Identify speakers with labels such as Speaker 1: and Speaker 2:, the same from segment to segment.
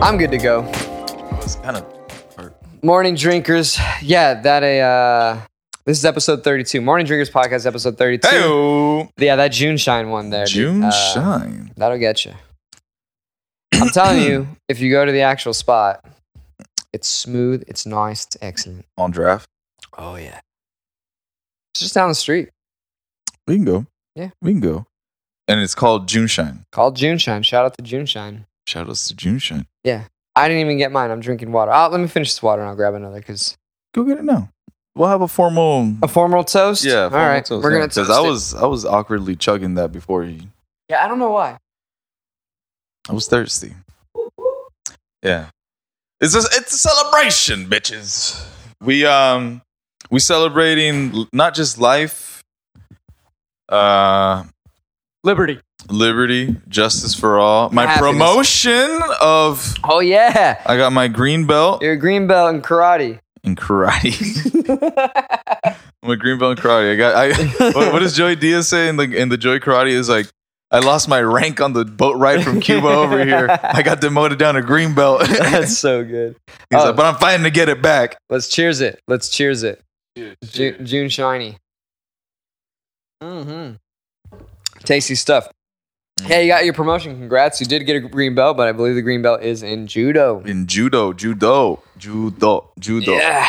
Speaker 1: I'm good to go.
Speaker 2: It was kind of hard.
Speaker 1: Morning drinkers. Yeah, that a uh this is episode 32. Morning drinkers podcast episode 32.
Speaker 2: Hey,
Speaker 1: Yeah, that June shine one there. dude.
Speaker 2: June
Speaker 1: Uh,
Speaker 2: Shine.
Speaker 1: That'll get you. I'm telling you, if you go to the actual spot, it's smooth, it's nice, it's excellent.
Speaker 2: On draft.
Speaker 1: Oh yeah. It's just down the street.
Speaker 2: We can go.
Speaker 1: Yeah.
Speaker 2: We can go. And it's called June Shine.
Speaker 1: Called June Shine. Shout out to June Shine.
Speaker 2: Shout outs to June Shine.
Speaker 1: I didn't even get mine. I'm drinking water. Oh, let me finish this water and I'll grab another because
Speaker 2: Go get it now. We'll have a formal.
Speaker 1: a formal toast.
Speaker 2: yeah,
Speaker 1: All right. We're gonna toast.
Speaker 2: Because I
Speaker 1: it.
Speaker 2: was I was awkwardly chugging that before he.
Speaker 1: Yeah, I don't know why.
Speaker 2: I was thirsty. Yeah. It's a, it's a celebration, bitches. We um we celebrating l- not just life, uh
Speaker 3: Liberty.
Speaker 2: liberty, justice for all. My
Speaker 1: Happiness.
Speaker 2: promotion of
Speaker 1: Oh yeah.
Speaker 2: I got my green belt
Speaker 1: You're a green belt in karate.
Speaker 2: in karate. my green belt in karate. I got I what, what does Joey Diaz say in the in the Joey Karate is like I lost my rank on the boat ride from Cuba over here. I got demoted down to green belt. He's
Speaker 1: That's so good.
Speaker 2: like, but I'm fighting to get it back.
Speaker 1: Let's cheers it. Let's cheers it. Ju- June shiny. Mm-hmm. Tasty stuff.
Speaker 2: Mm.
Speaker 1: Yeah, you got your promotion. Congrats. You did get a green belt, but I believe the green belt is in judo.
Speaker 2: in judo, judo, judo, judo,
Speaker 1: Yeah.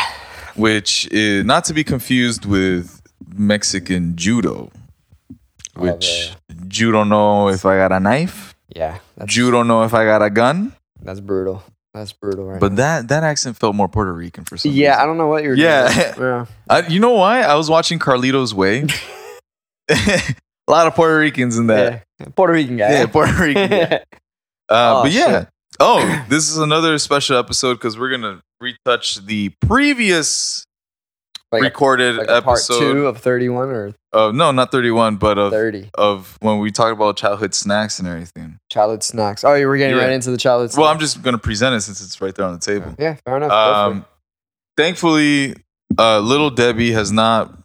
Speaker 2: which is not to be confused with Mexican judo,
Speaker 1: Oh,
Speaker 2: which you don't know if I got a knife,
Speaker 1: Yeah. That's,
Speaker 2: you don't know if I got a gun,
Speaker 1: that's brutal. That's brutal right
Speaker 2: but
Speaker 1: now.
Speaker 2: that that accent felt more Puerto Rican for some
Speaker 1: Yeah, I
Speaker 2: reason.
Speaker 1: don't know what you're
Speaker 2: Yeah.
Speaker 1: doing. Yeah.
Speaker 2: I, you know why? I was watching Carlito's Way. a lot of Puerto Ricans in that.
Speaker 1: Yeah. Puerto Rican guy.
Speaker 2: Yeah, Puerto Rican. guy. Uh,
Speaker 1: Oh,
Speaker 2: but yeah.
Speaker 1: shit.
Speaker 2: Oh, this is another special episode because we're gonna retouch the previous
Speaker 1: like, a-
Speaker 2: recorded
Speaker 1: like a part
Speaker 2: episode.
Speaker 1: two of 31 or
Speaker 2: of no, not 31, but of
Speaker 1: 30.
Speaker 2: of when we talk about childhood snacks and everything.
Speaker 1: Childhood snacks. Oh, you were getting
Speaker 2: Yeah.
Speaker 1: right into the childhood snacks.
Speaker 2: Well, I'm just gonna present it since it's right there on the table.
Speaker 1: Yeah, fair enough. Go for it.
Speaker 2: Um, thankfully, uh, little Debbie has not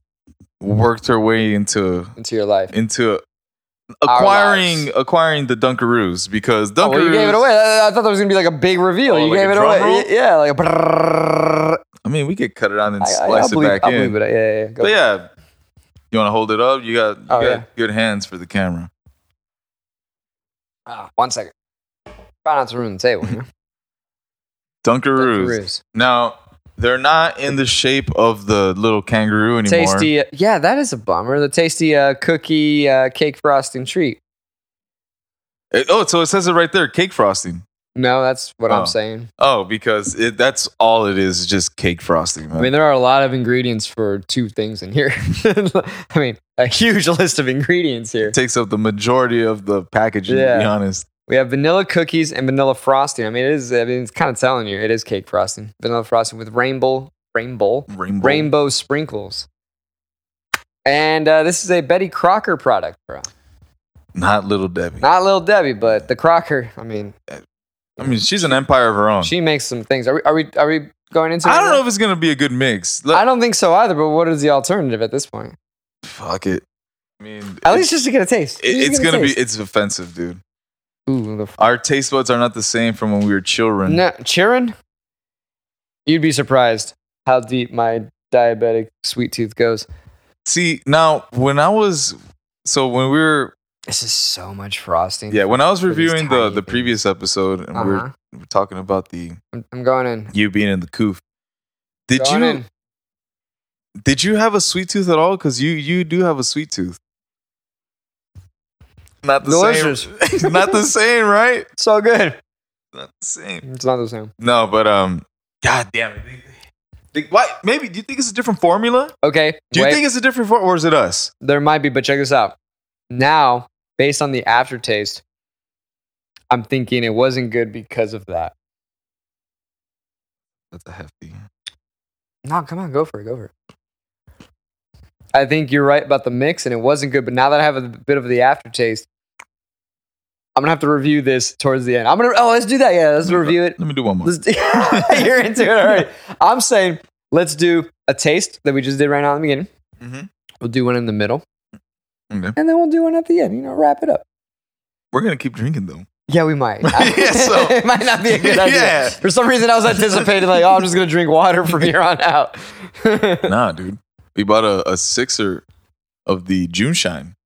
Speaker 2: worked her way into
Speaker 1: into your life. Our
Speaker 2: into acquiring
Speaker 1: lives.
Speaker 2: acquiring the Dunkaroos because Dunkaroos.
Speaker 1: Oh, well, you gave it away. I, I thought that was gonna be like a big reveal.
Speaker 2: Oh,
Speaker 1: you
Speaker 2: like
Speaker 1: gave
Speaker 2: a
Speaker 1: it
Speaker 2: drum
Speaker 1: away.
Speaker 2: roll?
Speaker 1: Y- Yeah, like a brrrr.
Speaker 2: I mean, we could cut it on and
Speaker 1: I, I,
Speaker 2: slice
Speaker 1: I'll bleep,
Speaker 2: it back
Speaker 1: I'll
Speaker 2: in.
Speaker 1: bleep it. out. Yeah, yeah. yeah. Go.
Speaker 2: But yeah, you want to hold it up? You got, you
Speaker 1: Oh,
Speaker 2: got
Speaker 1: yeah.
Speaker 2: good hands for the camera.
Speaker 1: Ah, one second. Try not to ruin the table. You know?
Speaker 2: Dunkaroos.
Speaker 1: Dunkaroos.
Speaker 2: Now they're not in the shape of the little kangaroo anymore.
Speaker 1: Tasty. uh, Yeah, that is a bummer. The tasty uh, cookie uh, cake frosting treat.
Speaker 2: It- oh, so it says it right there, cake frosting.
Speaker 1: No, that's what
Speaker 2: Oh.
Speaker 1: I'm saying.
Speaker 2: Oh, because it, that's all it is, just cake frosting. Man.
Speaker 1: I mean, there are a lot of ingredients for two things in here. I mean, a huge list of ingredients here.
Speaker 2: it takes up the majority of the packaging. To be
Speaker 1: Yeah.
Speaker 2: honest,
Speaker 1: We have vanilla cookies and vanilla frosting. I mean, it is. I mean, it's kind of telling you it is cake frosting. Vanilla frosting with rainbow, rainbow,
Speaker 2: rainbow.
Speaker 1: rainbow sprinkles. And uh, this is a Betty Crocker product, bro.
Speaker 2: not little Debbie.
Speaker 1: Not Little Debbie, but the Crocker. I mean,
Speaker 2: I mean, she's an empire of her own.
Speaker 1: she makes some things. Are we? Are we? Are we going into?
Speaker 2: I
Speaker 1: it
Speaker 2: don't
Speaker 1: now?
Speaker 2: know if it's gonna be a good mix. Look,
Speaker 1: I don't think so either. But what is the alternative at this point?
Speaker 2: fuck it. I mean,
Speaker 1: At
Speaker 2: it's-
Speaker 1: least just to get a taste.
Speaker 2: it-
Speaker 1: Just
Speaker 2: it's
Speaker 1: to get a
Speaker 2: gonna be
Speaker 1: taste.
Speaker 2: it's offensive, dude.
Speaker 1: Ooh, the f-
Speaker 2: Our taste buds are not the same from when we were children.
Speaker 1: no, cheering. You'd be surprised how deep my diabetic sweet tooth goes.
Speaker 2: See, now when I was so when we were
Speaker 1: This is so much frosting.
Speaker 2: yeah when I was
Speaker 1: For these
Speaker 2: reviewing the
Speaker 1: tiny
Speaker 2: the
Speaker 1: things.
Speaker 2: previous episode and we
Speaker 1: Uh-huh.
Speaker 2: were, we were talking about the
Speaker 1: I'm, I'm going in.
Speaker 2: you being in the coof. Did
Speaker 1: Going
Speaker 2: you
Speaker 1: in.
Speaker 2: did you have a sweet tooth at all? Because you you do have a sweet tooth. Not the
Speaker 1: Delicious.
Speaker 2: same. not the same, right?
Speaker 1: So good.
Speaker 2: Not the same.
Speaker 1: It's not the same.
Speaker 2: No, but um, god damn it. They- they- Why? Maybe do you think it's a different formula?
Speaker 1: Okay.
Speaker 2: Do you
Speaker 1: wait.
Speaker 2: think it's a different formula, or is it us?
Speaker 1: there might be, but check this out. Now, based on the aftertaste, I'm thinking it wasn't good because of that.
Speaker 2: That's a hefty.
Speaker 1: No, come on, go for it, go for it. I think you're right about the mix, and it wasn't good. But now that I have a bit of the aftertaste, I'm gonna have to review this towards the end. I'm gonna oh, let's do that. Yeah, let's review it.
Speaker 2: Let me do one more.
Speaker 1: Let's do, you're into it already. I'm saying let's do a taste that we just did right now in the beginning.
Speaker 2: Mhm.
Speaker 1: We'll do one in the middle,
Speaker 2: Okay.
Speaker 1: and then we'll do one at the end. You know, wrap it up.
Speaker 2: We're gonna keep drinking though.
Speaker 1: Yeah, we might.
Speaker 2: Yeah, so-
Speaker 1: it might not be a good idea.
Speaker 2: Yeah.
Speaker 1: For some reason, I was anticipating like, oh, I'm just gonna drink water from here on out. oh
Speaker 2: nah, dude. We bought a, a sixer of the June Shine.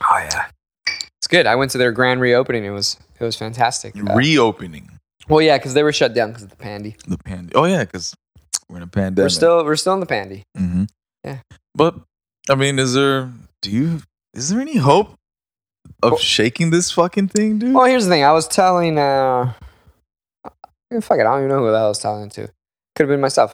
Speaker 1: yeah, it's good. I went to their grand reopening. It was it was fantastic. Uh,
Speaker 2: Reopening
Speaker 1: well, yeah, because they were shut down because of the pandy.
Speaker 2: the pandemic. Oh, yeah, because we're in a pandemic.
Speaker 1: We're still we're still in the pandy.
Speaker 2: hmm
Speaker 1: Yeah.
Speaker 2: But I mean, is there? Do you? Is there any hope of
Speaker 1: Well-
Speaker 2: shaking this fucking thing, dude?
Speaker 1: Well, here's the thing. I was telling, uh, fuck it, I don't even know who the hell I was telling to. Could have been myself.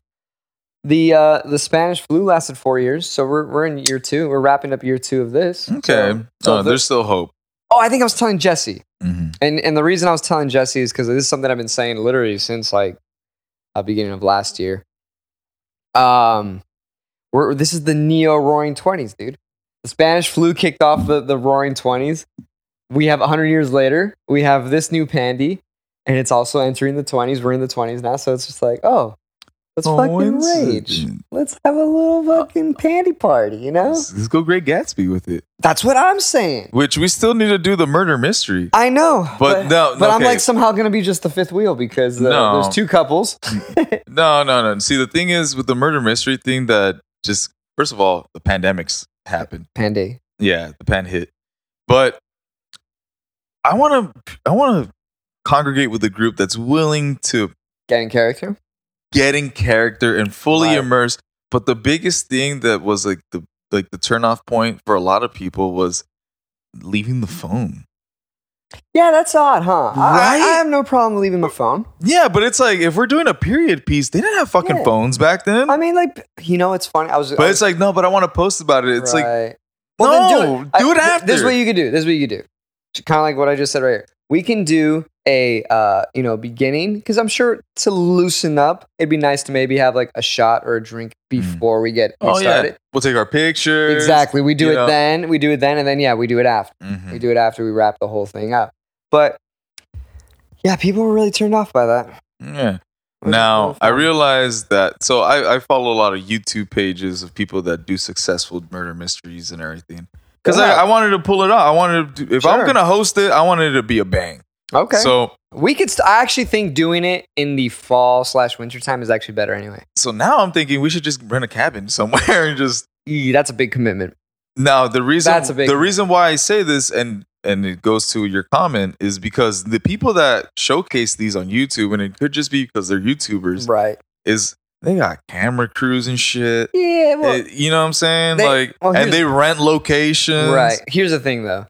Speaker 1: The uh, the Spanish flu lasted four years, so we're we're in year two. We're wrapping up year two of this.
Speaker 2: okay.
Speaker 1: So, so
Speaker 2: Uh,
Speaker 1: if
Speaker 2: there's still hope.
Speaker 1: oh, I think I was telling Jesse,
Speaker 2: hmm
Speaker 1: and and the reason I was telling Jesse is because this is something I've been saying literally since like uh, beginning of last year. Um, we're this is the neo Roaring Twenties, dude. The Spanish flu kicked off the the Roaring Twenties. We have hundred years later. We have this new pandy, and it's also entering the twenties. We're in the twenties now, so it's just like, oh, let's fucking rage. Let's have a little fucking pandy party, you know?
Speaker 2: Let's, let's go Great Gatsby with it.
Speaker 1: That's what I'm saying.
Speaker 2: Which we still need to do the murder mystery.
Speaker 1: I know,
Speaker 2: But no,
Speaker 1: but I'm
Speaker 2: okay.
Speaker 1: like somehow gonna be just the fifth wheel because uh,
Speaker 2: No.
Speaker 1: there's two couples.
Speaker 2: No, no, no. See, the thing is with the murder mystery thing that just first of all, the pandemics happened.
Speaker 1: Pandy,
Speaker 2: Yeah, the pen hit. But I want to I want to congregate with a group that's willing to
Speaker 1: get in character.
Speaker 2: get in character and fully
Speaker 1: Right.
Speaker 2: immersed. But the biggest thing that was like the like the turnoff point for a lot of people was leaving the phone.
Speaker 1: Yeah, that's odd, huh? I,
Speaker 2: Right?
Speaker 1: I have no problem leaving my phone.
Speaker 2: Yeah, but it's like if we're doing a period piece, they didn't have fucking
Speaker 1: Yeah.
Speaker 2: phones back then.
Speaker 1: I mean, like you know, it's funny. I was,
Speaker 2: but it's like no, but I want to post about it. It's like no, do it, after.
Speaker 1: This is what you could do. This is what you could do. Kind of like what I just said right here. We can do a uh, you know beginning because I'm sure to loosen up, it'd be nice to maybe have like a shot or a drink before we get
Speaker 2: Hmm. oh yeah,
Speaker 1: started.
Speaker 2: we'll take our pictures.
Speaker 1: Exactly. We do
Speaker 2: you
Speaker 1: it
Speaker 2: know.
Speaker 1: then. We do it then, and then yeah, we do it after. We
Speaker 2: Mhm.
Speaker 1: do it after we wrap the whole thing up. But yeah, people were really turned off by that.
Speaker 2: Yeah. Now I realized that. So I, I follow a lot of YouTube pages of people that do successful murder mysteries and everything. Because
Speaker 1: Yeah.
Speaker 2: I, I wanted to pull it off. I wanted to. Do, if
Speaker 1: Sure.
Speaker 2: I'm gonna host it, I wanted it to be a bang.
Speaker 1: okay, so
Speaker 2: So
Speaker 1: we could. St- I actually think doing it in the fall slash winter time is actually better anyway.
Speaker 2: so now I'm thinking we should just rent a cabin somewhere and just.
Speaker 1: Eee, E, that's a big commitment.
Speaker 2: Now the reason
Speaker 1: That's a big-
Speaker 2: the reason why I say this and and it goes to your comment is because the people that showcase these on YouTube and it could just be because they're YouTubers
Speaker 1: Right.
Speaker 2: is they got camera crews and shit.
Speaker 1: Yeah. Well,
Speaker 2: It- you know what I'm saying?
Speaker 1: they-
Speaker 2: like,
Speaker 1: well, here's-
Speaker 2: and they rent locations.
Speaker 1: right. Here's the thing though,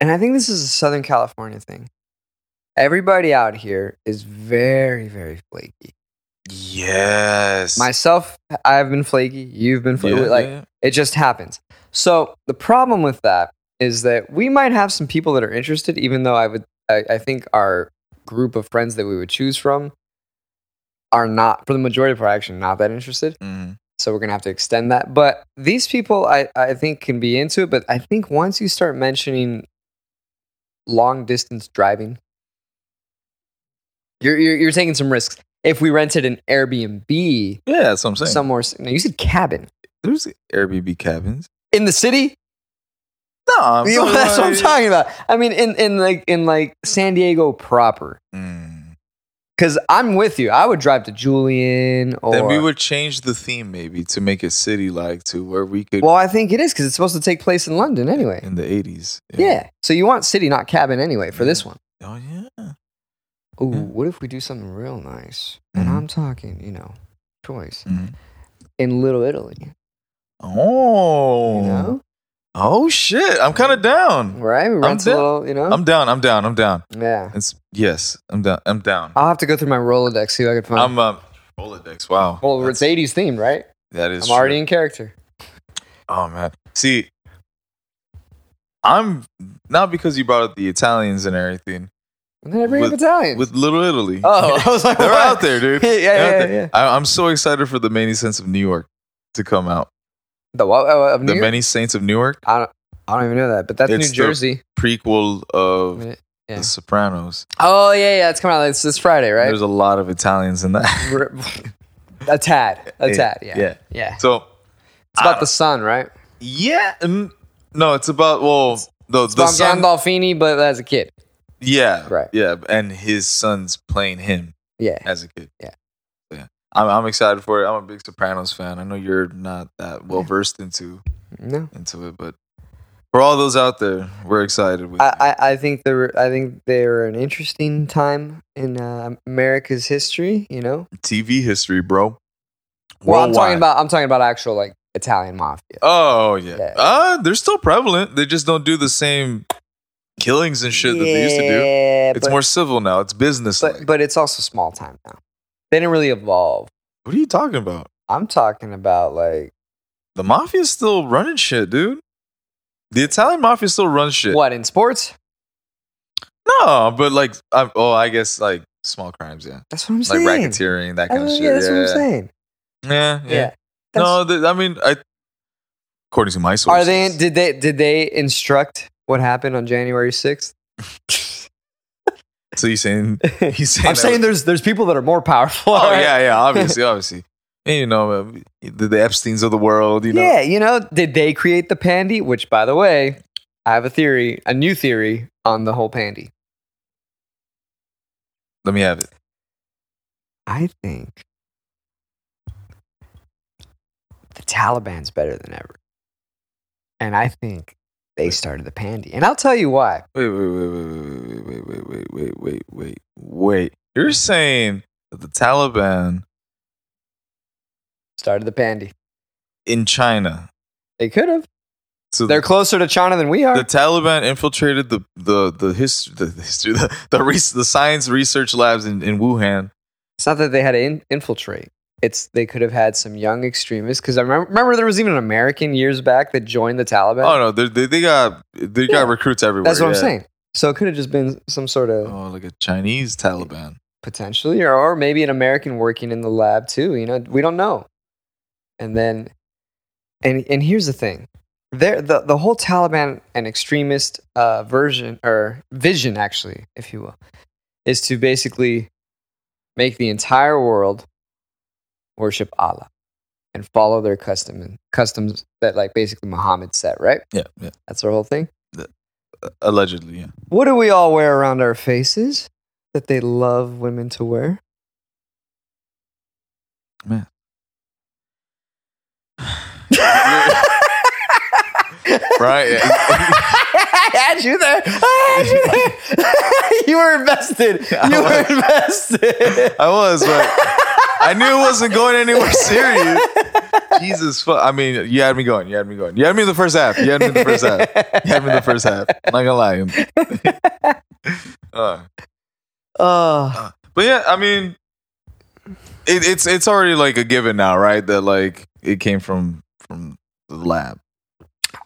Speaker 1: and I think this is a Southern California thing. Everybody out here is very, very flaky.
Speaker 2: Yes.
Speaker 1: Myself, I've been flaky. You've been
Speaker 2: Yeah,
Speaker 1: flaky. like
Speaker 2: yeah.
Speaker 1: It just happens. So the problem with that is that we might have some people that are interested, even though I would, I, I think our group of friends that we would choose from are not, for the majority of part, actually not that interested.
Speaker 2: Mhm.
Speaker 1: So we're gonna have to extend that. But these people, I, I think, can be into it. But I think once you start mentioning long distance driving, you're you're, you're taking some risks. If we rented an Airbnb
Speaker 2: Yeah, that's what I'm saying.
Speaker 1: somewhere, no, you said cabin
Speaker 2: There's Airbnb cabins.
Speaker 1: in the city.
Speaker 2: No, I'm
Speaker 1: You know, that's what I'm
Speaker 2: like-
Speaker 1: talking about. I mean, in, in like in like San Diego proper,
Speaker 2: Mm.
Speaker 1: because I'm with you. I would drive to Julian or.
Speaker 2: Then we would change the theme maybe to make it city like to where we could
Speaker 1: well, I think it is because it's supposed to take place in London anyway.
Speaker 2: in the 80s.
Speaker 1: Yeah. So you want city, not cabin, anyway, for this one.
Speaker 2: Oh, yeah.
Speaker 1: Ooh,
Speaker 2: Yeah.
Speaker 1: what if we do something real nice? And
Speaker 2: Mhm.
Speaker 1: I'm talking, you know, choice
Speaker 2: Mhm.
Speaker 1: in Little Italy.
Speaker 2: Oh.
Speaker 1: You know,
Speaker 2: Oh, shit. I'm kind of down.
Speaker 1: right? We rent a
Speaker 2: down.
Speaker 1: little, you know.
Speaker 2: I'm down. I'm down. I'm down.
Speaker 1: yeah.
Speaker 2: It's yes. I'm down. I'm down.
Speaker 1: I'll have to go through my Rolodex see what I can find.
Speaker 2: I'm um, Rolodex. Wow.
Speaker 1: uh, well,
Speaker 2: That's-
Speaker 1: it's '80s themed, right?
Speaker 2: that is
Speaker 1: I'm
Speaker 2: true.
Speaker 1: already in character.
Speaker 2: Oh man. See, I'm not because you brought up the Italians and everything
Speaker 1: And then I bring up
Speaker 2: With-
Speaker 1: Italian.
Speaker 2: with Little Italy.
Speaker 1: oh, I was like,
Speaker 2: they're
Speaker 1: what?
Speaker 2: out there, dude.
Speaker 1: yeah,
Speaker 2: They're out
Speaker 1: yeah, yeah,
Speaker 2: there.
Speaker 1: yeah.
Speaker 2: I, I'm so excited for the many saints of Newark to come out.
Speaker 1: The what? Oh, of New
Speaker 2: the
Speaker 1: York?
Speaker 2: many saints of Newark
Speaker 1: I don't. I don't even know that, but that's
Speaker 2: It's
Speaker 1: New
Speaker 2: the-
Speaker 1: Jersey.
Speaker 2: prequel of
Speaker 1: Yeah.
Speaker 2: The Sopranos.
Speaker 1: Oh yeah, yeah. It's coming out. It's this Friday, right?
Speaker 2: There's a lot of Italians in that.
Speaker 1: R- a tad, a tad. Yeah, yeah.
Speaker 2: Yeah. So
Speaker 1: It's
Speaker 2: I
Speaker 1: about
Speaker 2: don't-
Speaker 1: the sun, right?
Speaker 2: yeah, mm, no, it's about well the the
Speaker 1: It's about
Speaker 2: son.
Speaker 1: Gandolfini, but as a kid.
Speaker 2: Yeah.
Speaker 1: Right.
Speaker 2: Yeah. And his son's playing him
Speaker 1: Yeah.
Speaker 2: as a kid.
Speaker 1: Yeah.
Speaker 2: Yeah. I'm, I'm excited for it. I'm a big Sopranos fan. I know you're not that well versed into
Speaker 1: No.
Speaker 2: into it, but for all those out there, we're excited with you.
Speaker 1: I, I, I think they're I think they're an interesting time in uh, America's history. You know.
Speaker 2: TV history, bro.
Speaker 1: Well, I'm
Speaker 2: Worldwide.
Speaker 1: talking about I'm talking about actual like Italian mafia.
Speaker 2: Oh yeah.
Speaker 1: Yeah.
Speaker 2: Uh, they're still prevalent. They just don't do the same killings and shit that they used to do.
Speaker 1: Yeah,
Speaker 2: It's
Speaker 1: but,
Speaker 2: more civil now. It's business.
Speaker 1: but but it's also small time now. They didn't really evolve.
Speaker 2: what are you talking about?
Speaker 1: I'm talking about like
Speaker 2: The mafia's still running shit, dude. The Italian mafia still runs shit.
Speaker 1: what in sports?
Speaker 2: No, but like, I, oh, I guess like small crimes, yeah,
Speaker 1: That's what I'm
Speaker 2: like
Speaker 1: saying.
Speaker 2: racketeering, that kind
Speaker 1: Oh,
Speaker 2: of shit.
Speaker 1: yeah, that's
Speaker 2: yeah.
Speaker 1: what I'm saying.
Speaker 2: Yeah, yeah.
Speaker 1: Yeah. That's-
Speaker 2: no, th- I mean, I according to my sources,
Speaker 1: Are they? Did they? Did they instruct what happened on January 6th?
Speaker 2: so you saying? He's saying
Speaker 1: I'm
Speaker 2: that
Speaker 1: saying
Speaker 2: was-
Speaker 1: there's there's people that are more powerful.
Speaker 2: Oh
Speaker 1: alright?
Speaker 2: yeah, yeah. Obviously, obviously. And, you know, uh, the, the Epstein's of the world. You know,
Speaker 1: yeah. You know, did they create the pandy? Which, by the way, I have a theory, a new theory on the whole pandy.
Speaker 2: let me have it.
Speaker 1: I think the Taliban's better than ever. And I think they started the pandy. And I'll tell you why.
Speaker 2: Wait, wait, wait, wait, wait, wait, wait, wait, wait, wait, wait, wait. You're saying that the Taliban
Speaker 1: Started the pandy.
Speaker 2: in China,
Speaker 1: They could have.
Speaker 2: so
Speaker 1: They're closer to China than we
Speaker 2: the
Speaker 1: are.
Speaker 2: Taliban infiltrated the the the history the the history the the, res- the science research labs in, in Wuhan.
Speaker 1: It's not that they had to in- infiltrate. It's they could have had some young extremists because I remember, remember there was even an American years back that joined the Taliban.
Speaker 2: Oh no, they they, they got they
Speaker 1: Yeah.
Speaker 2: got recruits everywhere.
Speaker 1: That's what I'm
Speaker 2: yeah.
Speaker 1: saying. So it could have just been some sort of
Speaker 2: Oh, like a Chinese Taliban.
Speaker 1: potentially, or, or maybe an American working in the lab too. You know, we don't know. And then, and and here's the thing, there the the whole Taliban and extremist uh, version or vision, actually, if you will, is to basically make the entire world worship Allah and follow their custom and customs that like basically Muhammad set. Right,
Speaker 2: Yeah, yeah.
Speaker 1: that's their whole thing.
Speaker 2: Allegedly, yeah.
Speaker 1: What do we all wear around our faces that they love women to wear?
Speaker 2: Man. Right.
Speaker 1: I had you there. I had you there. you were invested. You were invested.
Speaker 2: I was, but I knew it wasn't going anywhere serious. Jesus fuck. I mean, you had me going. You had me going. You had me in the first half. You had me in the first half. You had me in the first half. I'm not gonna lie. Uh,
Speaker 1: Oh,
Speaker 2: but yeah, I mean, it, it's it's already like a given now, right? That like it came from from the lab,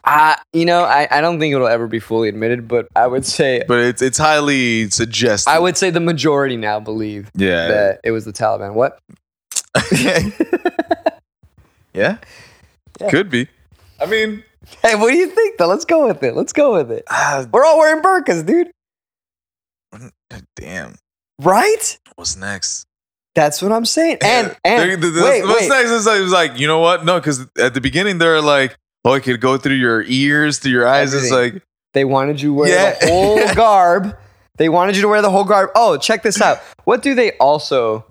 Speaker 1: I, you know, I, I don't think it'll ever be fully admitted, but I would say
Speaker 2: but it's it's highly suggested.
Speaker 1: I would say the majority now believe
Speaker 2: Yeah.
Speaker 1: that it was the Taliban. What? Yeah.
Speaker 2: yeah. Could be. I mean,
Speaker 1: Hey, what do you think though? Let's go with it. Let's go with it.
Speaker 2: ah,
Speaker 1: We're all wearing burkas, dude.
Speaker 2: damn.
Speaker 1: Right?
Speaker 2: What's next?
Speaker 1: That's what I'm saying. And
Speaker 2: They're-
Speaker 1: and
Speaker 2: th- th-
Speaker 1: wait,
Speaker 2: what's
Speaker 1: wait.
Speaker 2: next is like, it's like, you know what? No, because at the beginning they're like, oh, it could go through your ears, through your eyes.
Speaker 1: Everything.
Speaker 2: It's
Speaker 1: They wanted you to wear
Speaker 2: Yeah.
Speaker 1: the whole garb. They wanted you to wear the whole garb. Oh, check this out. What do they also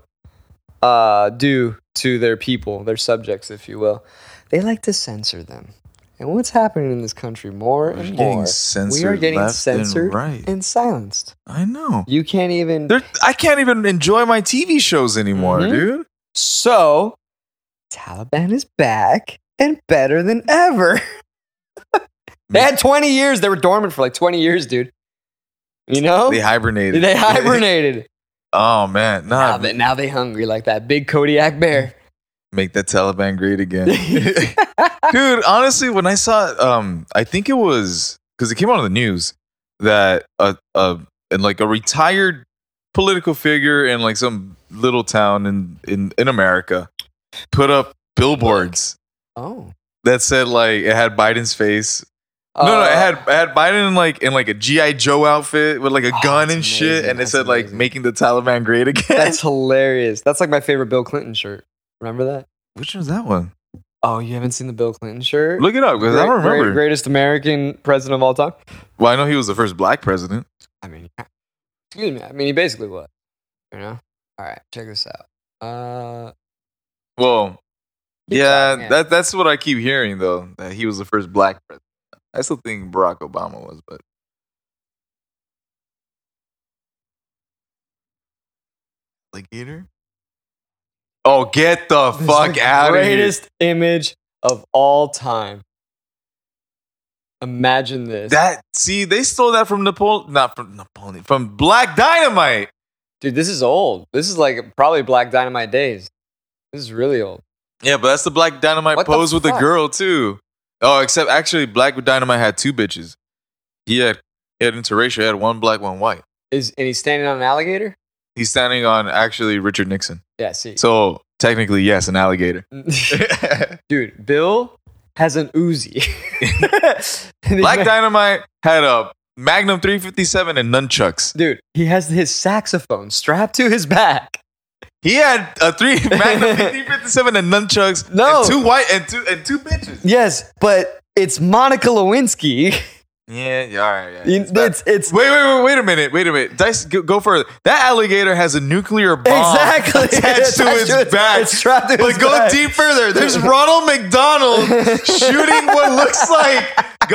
Speaker 1: uh, do to their people, their subjects, if you will? They like to censor them. And what's happening in this country more
Speaker 2: like
Speaker 1: and
Speaker 2: getting
Speaker 1: more?
Speaker 2: censored.
Speaker 1: we are getting
Speaker 2: left
Speaker 1: censored
Speaker 2: And right.
Speaker 1: and silenced.
Speaker 2: I know.
Speaker 1: You can't even.
Speaker 2: They're, I can't even enjoy my TV shows anymore,
Speaker 1: Mhm.
Speaker 2: dude.
Speaker 1: so, Taliban is back and better than ever. they had 20 years. They were dormant for like 20 years, dude. You know?
Speaker 2: They hibernated.
Speaker 1: Oh. They hibernated.
Speaker 2: oh man,
Speaker 1: Now
Speaker 2: nah.
Speaker 1: they, now they hungry like that big Kodiak bear.
Speaker 2: Make that Taliban great again, dude. Honestly, when I saw, um, I think it was because it came out on the news that a, a and like a retired political figure in like some little town in in in America put up billboards
Speaker 1: oh.
Speaker 2: that said like it had Biden's face. no,
Speaker 1: Uh,
Speaker 2: no, it had it had Biden in like in like a GI Joe outfit with like a
Speaker 1: Oh,
Speaker 2: gun
Speaker 1: that's
Speaker 2: and shit,
Speaker 1: amazing.
Speaker 2: and it
Speaker 1: That's
Speaker 2: said like
Speaker 1: amazing.
Speaker 2: making the Taliban great again.
Speaker 1: That's hilarious. That's like my favorite Bill Clinton shirt. Remember that?
Speaker 2: Which one's that one?
Speaker 1: Oh, you haven't seen the Bill Clinton shirt?
Speaker 2: Look it up because
Speaker 1: Great-
Speaker 2: I don't remember.
Speaker 1: great- greatest American president of all time.
Speaker 2: Well, I know he was the first black president.
Speaker 1: I mean, Excuse me. I mean, he basically was. You know. All right. Check this out. Uh,
Speaker 2: Well,
Speaker 1: Big
Speaker 2: yeah,
Speaker 1: time, yeah.
Speaker 2: that that's what I keep hearing though. That he was the first black president. I still think Barack Obama was, but alligator. Oh, get the
Speaker 1: this is
Speaker 2: fuck
Speaker 1: the
Speaker 2: out of here!
Speaker 1: Greatest image of all time. Imagine this,
Speaker 2: That see, they stole that from Napoleon, not from Napoleon, from Black Dynamite.
Speaker 1: dude. This is old. This is like probably Black Dynamite days. This is really old.
Speaker 2: Yeah, but that's the Black Dynamite
Speaker 1: What the
Speaker 2: pose with the
Speaker 1: fuck?
Speaker 2: girl too. Oh, except actually, Black Dynamite had two bitches. He had he had interracial. He had one black, one white.
Speaker 1: Is and he's standing on an alligator?
Speaker 2: He's standing on actually Richard Nixon.
Speaker 1: Yeah. See,
Speaker 2: So technically, yes, an alligator. Black
Speaker 1: dude, Bill has an Uzi. And he ma-
Speaker 2: Dynamite had a Magnum 357 and nunchucks.
Speaker 1: dude, he has his saxophone strapped to his back.
Speaker 2: He had a three Magnum 357 and nunchucks.
Speaker 1: No.
Speaker 2: and two white and two and two bitches.
Speaker 1: Yes, but it's Monica Lewinsky.
Speaker 2: Yeah, yeah, all right. Yeah,
Speaker 1: You-
Speaker 2: it's bad.
Speaker 1: it's it's
Speaker 2: Wait, wait, wait, wait a minute. Wait a minute. Dice, go, go further. That alligator has a nuclear bomb
Speaker 1: exactly
Speaker 2: attached to its back.
Speaker 1: It's strapped to
Speaker 2: But
Speaker 1: its
Speaker 2: go
Speaker 1: back.
Speaker 2: deep further. There's Ronald McDonald shooting what looks like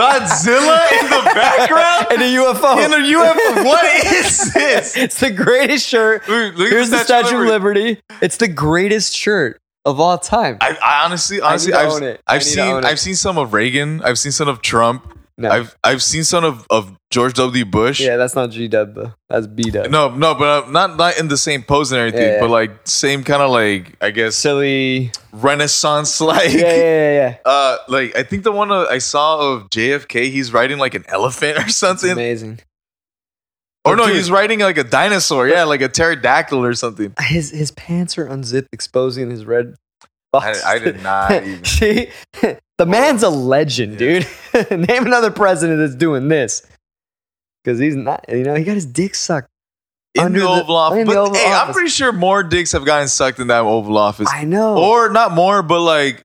Speaker 2: Godzilla in the background.
Speaker 1: And a UFO.
Speaker 2: in a UFO. What is this?
Speaker 1: it's the greatest shirt.
Speaker 2: Dude, look at
Speaker 1: Here's the Statue of
Speaker 2: Liberty.
Speaker 1: Liberty. It's the greatest shirt of all time.
Speaker 2: I, I honestly, honestly,
Speaker 1: need to
Speaker 2: I've,
Speaker 1: own it. I
Speaker 2: I've
Speaker 1: need to
Speaker 2: seen,
Speaker 1: own it.
Speaker 2: I've seen some of Reagan. I've seen some of Trump.
Speaker 1: no.
Speaker 2: I've, I've seen some of, of George W. Bush.
Speaker 1: yeah, that's not G Dub though. That's B Dub.
Speaker 2: No, no, but uh, not not in the same pose and everything,
Speaker 1: Yeah, yeah.
Speaker 2: but like same kind of like I guess
Speaker 1: Silly.
Speaker 2: Renaissance like.
Speaker 1: Yeah, yeah, yeah, yeah.
Speaker 2: Uh, like I think the one uh, I saw of JFK, he's riding like an elephant or
Speaker 1: It's
Speaker 2: something.
Speaker 1: amazing.
Speaker 2: Or no,
Speaker 1: Dude.
Speaker 2: he's riding like a dinosaur. Yeah, like a pterodactyl or something.
Speaker 1: His his pants are unzipped, exposing his red. Box.
Speaker 2: I did not even-
Speaker 1: she, the man's a legend, dude. Name another president that's doing this, because he's not. You know, he got his dick sucked.
Speaker 2: in
Speaker 1: Under
Speaker 2: the
Speaker 1: the-
Speaker 2: Oval Office.
Speaker 1: in
Speaker 2: But
Speaker 1: the Oval
Speaker 2: hey, I'm
Speaker 1: Office.
Speaker 2: pretty sure more dicks have gotten sucked in that Oval Office,
Speaker 1: I know.
Speaker 2: or not more, but like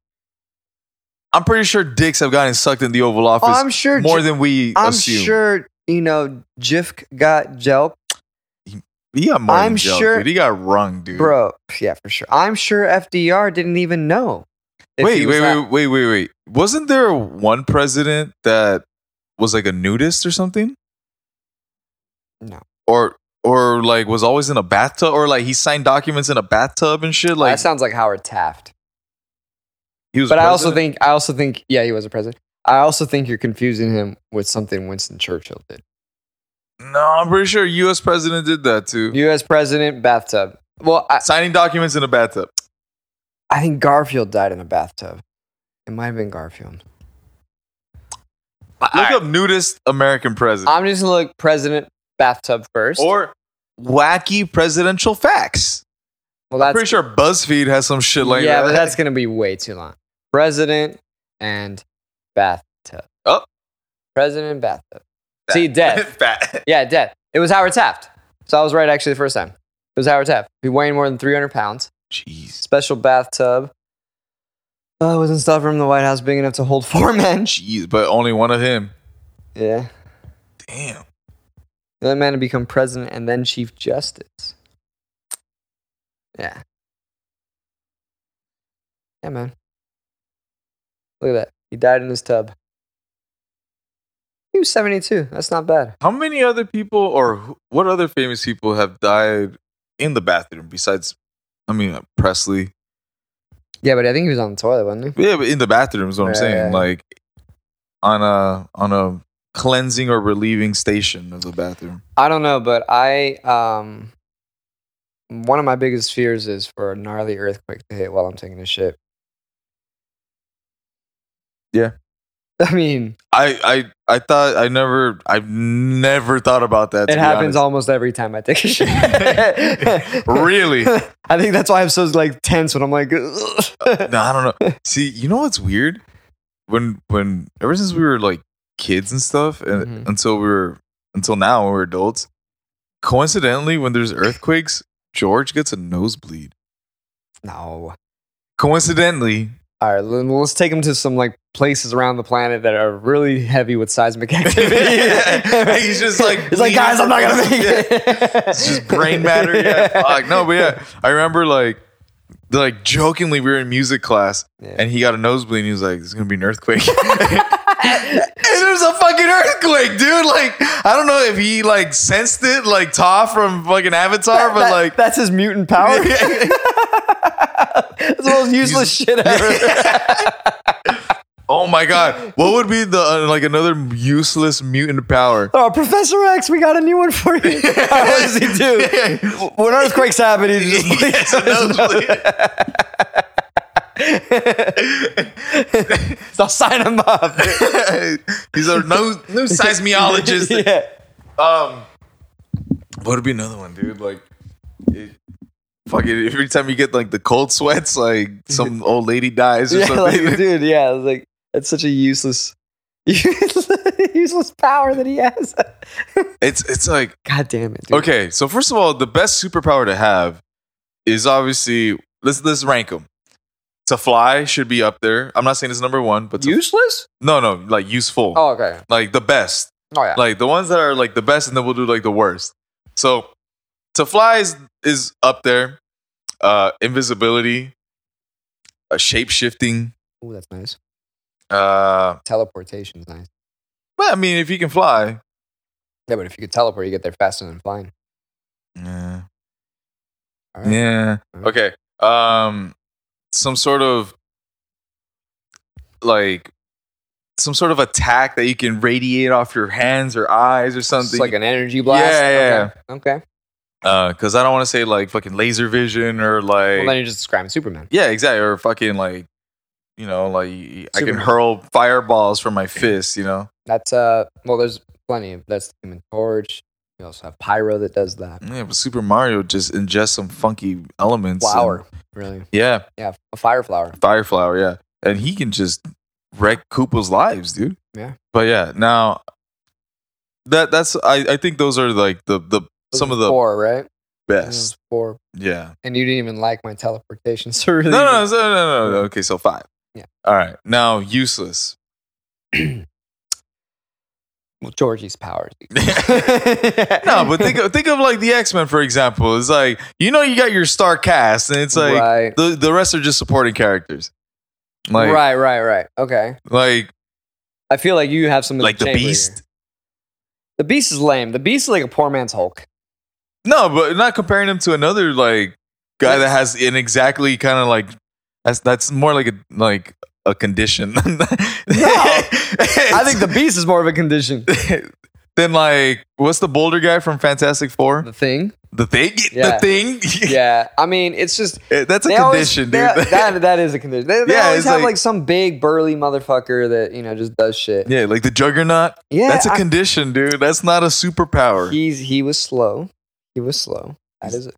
Speaker 2: I'm pretty sure dicks have gotten sucked in the Oval Office
Speaker 1: oh, I'm sure.
Speaker 2: more
Speaker 1: J-
Speaker 2: than we
Speaker 1: I'm
Speaker 2: assume.
Speaker 1: sure. You know, Jifk got jelk,
Speaker 2: he got more
Speaker 1: I'm
Speaker 2: than jail,
Speaker 1: sure-
Speaker 2: dude. he got rung, dude.
Speaker 1: bro. Yeah, for sure. I'm sure FDR didn't even know. if he
Speaker 2: wait,
Speaker 1: was
Speaker 2: wait,
Speaker 1: out.
Speaker 2: wait, wait, wait, wait. Wasn't there one president that was like a nudist or something?
Speaker 1: No.
Speaker 2: Or or like was always in a bathtub or like he signed documents in a bathtub and shit. Like
Speaker 1: that sounds like Howard Taft.
Speaker 2: he was
Speaker 1: but I also
Speaker 2: president?
Speaker 1: think I also think yeah, he was a president. I also think you're confusing him with something Winston Churchill did.
Speaker 2: No, I'm pretty sure US president did that too.
Speaker 1: U.S. president bathtub. Well, I,
Speaker 2: Signing documents in a bathtub.
Speaker 1: I think Garfield died in a bathtub. It might have been Garfield.
Speaker 2: Look up nudist American president.
Speaker 1: I'm just gonna look president bathtub first.
Speaker 2: Or wacky presidential facts.
Speaker 1: well, that's
Speaker 2: pretty sure BuzzFeed has some shit like
Speaker 1: yeah,
Speaker 2: that.
Speaker 1: but that's gonna be way too long. President and bathtub.
Speaker 2: Oh.
Speaker 1: president bathtub. See, death.
Speaker 2: Fat.
Speaker 1: Yeah, death. It was Howard Taft. So I was right actually the first time. It was Howard Taft. He weighed more than 300 pounds.
Speaker 2: Jeez.
Speaker 1: special bathtub. Uh, was installed from the White House big enough to hold four men.
Speaker 2: Jeez, but only one of him.
Speaker 1: Yeah.
Speaker 2: Damn.
Speaker 1: The other man to become president and then chief justice. Yeah. Yeah, man. Look at that. He died in his tub. He was 72. That's not bad.
Speaker 2: How many other people or who- what other famous people have died in the bathroom besides, I mean, uh, Presley?
Speaker 1: Yeah, but I think he was on the toilet, wasn't
Speaker 2: Yeah, but in the bathroom is what I'm saying.
Speaker 1: Yeah.
Speaker 2: Like on a on a cleansing or relieving station of the bathroom.
Speaker 1: I don't know, but I um one of my biggest fears is for a gnarly earthquake to hit while I'm taking a shit.
Speaker 2: Yeah.
Speaker 1: I mean,
Speaker 2: I I I thought I never I've never thought about that. to
Speaker 1: it
Speaker 2: be
Speaker 1: happens
Speaker 2: honest.
Speaker 1: almost every time I take a shit.
Speaker 2: really.
Speaker 1: I think that's why I'm so like tense when I'm like
Speaker 2: No, I don't know. See, you know what's weird? When when ever since we were like kids and stuff, and
Speaker 1: Mhm.
Speaker 2: until we were until now when we're adults, coincidentally, when there's earthquakes, George gets a nosebleed.
Speaker 1: No.
Speaker 2: Coincidentally,
Speaker 1: All right, then let's take them to some like places around the planet that are really heavy with seismic activity.
Speaker 2: Yeah. He's just, like,
Speaker 1: it's like, guys, I'm not gonna make
Speaker 2: Yeah.
Speaker 1: it.
Speaker 2: It's just brain matter. Yeah. Fuck. No, but yeah, I remember like, like jokingly, we were in music class,
Speaker 1: Yeah.
Speaker 2: and he got a nosebleed. and He was like, "There's gonna be an earthquake." And it was a fucking earthquake, dude. Like, I don't know if he like sensed it, like Ta from fucking Avatar, but
Speaker 1: That-
Speaker 2: like,
Speaker 1: that's his mutant power. That's the most useless shit ever.
Speaker 2: oh my god, what would be the uh, like another useless mutant power?
Speaker 1: Oh, Professor X, we got a new one for you. Alright, what does he do? When earthquakes happen, he just
Speaker 2: Yes, a nosebleed.
Speaker 1: I'll sign him up.
Speaker 2: He's a no, no seismologist.
Speaker 1: yeah.
Speaker 2: Um, what would be another one, dude? Like, it, fuck it. Every time you get like the cold sweats, like some old lady dies or
Speaker 1: yeah
Speaker 2: something.
Speaker 1: like, dude, yeah. it's Like, that's such a useless, useless power that he has.
Speaker 2: it's it's like
Speaker 1: God damn it. Dude.
Speaker 2: okay. So first of all, the best superpower to have is obviously let's let's rank them. To fly should be up there. I'm not saying it's number one, but to,
Speaker 1: Useless?
Speaker 2: no, no, like useful,
Speaker 1: Oh, okay.
Speaker 2: like the best.
Speaker 1: Oh, yeah.
Speaker 2: like the ones that are like the best and then we'll do like the worst so to fly is, is up there uh invisibility uh, shape shifting
Speaker 1: Ooh, that's nice.
Speaker 2: uh
Speaker 1: Teleportation's nice.
Speaker 2: but i mean if you can fly
Speaker 1: Yeah, but if you could teleport, you get there faster than flying.
Speaker 2: yeah
Speaker 1: All right.
Speaker 2: yeah okay um some sort of like some sort of attack that you can radiate off your hands or eyes or something
Speaker 1: It's like an energy blast.
Speaker 2: Yeah, yeah,
Speaker 1: Okay. okay.
Speaker 2: because i don't want to say like fucking laser vision or like
Speaker 1: Well, then you're just describing Superman.
Speaker 2: Yeah, exactly. Or fucking like, you know, like I can
Speaker 1: Superman.
Speaker 2: hurl fireballs from my fist. You know,
Speaker 1: That's uh well there's plenty of that's the human torch. We also have Pyro that does that.
Speaker 2: yeah. But Super Mario just ingests some funky elements. and-
Speaker 1: Flower. Really.
Speaker 2: yeah,
Speaker 1: Yeah. A fire flower.
Speaker 2: fire flower. Yeah, and he can just wreck Koopa's lives, dude.
Speaker 1: Yeah.
Speaker 2: But yeah, now that that's I I think those are like the the
Speaker 1: Those
Speaker 2: some
Speaker 1: are
Speaker 2: of the
Speaker 1: four, right?
Speaker 2: best.
Speaker 1: Those Four.
Speaker 2: Yeah.
Speaker 1: And you didn't even like my teleportation, so really
Speaker 2: No, no, no, no, no, no. Okay, so five.
Speaker 1: Yeah.
Speaker 2: All right. Now useless.
Speaker 1: well, Georgie's powers.
Speaker 2: No, but think of, think of like the X Men for example. It's like you know you got your star cast, and it's like
Speaker 1: right,
Speaker 2: the the rest are just supporting characters. Like
Speaker 1: right, right, right. Okay.
Speaker 2: like
Speaker 1: I feel like you have some of
Speaker 2: like the
Speaker 1: chamber here.
Speaker 2: Beast.
Speaker 1: The beast is lame. The beast is like a poor man's Hulk.
Speaker 2: No, but not comparing him to another like guy that has an exactly kind of like that's that's more like a like a condition. no,
Speaker 1: I
Speaker 2: I
Speaker 1: think the beast is more of a condition.
Speaker 2: then like what's the boulder guy from Fantastic Four?
Speaker 1: The thing.
Speaker 2: The thing.
Speaker 1: Yeah.
Speaker 2: The thing.
Speaker 1: Yeah. I mean, it's just
Speaker 2: that's a
Speaker 1: They always-
Speaker 2: condition,
Speaker 1: they-
Speaker 2: dude.
Speaker 1: that, that is a condition. They, they
Speaker 2: Yeah,
Speaker 1: always
Speaker 2: it's
Speaker 1: have like,
Speaker 2: like-
Speaker 1: some big burly motherfucker that you know just does shit.
Speaker 2: yeah, like the Juggernaut.
Speaker 1: Yeah,
Speaker 2: That's a
Speaker 1: I-
Speaker 2: condition, dude. That's not a superpower.
Speaker 1: he's he was slow. He was slow. That is,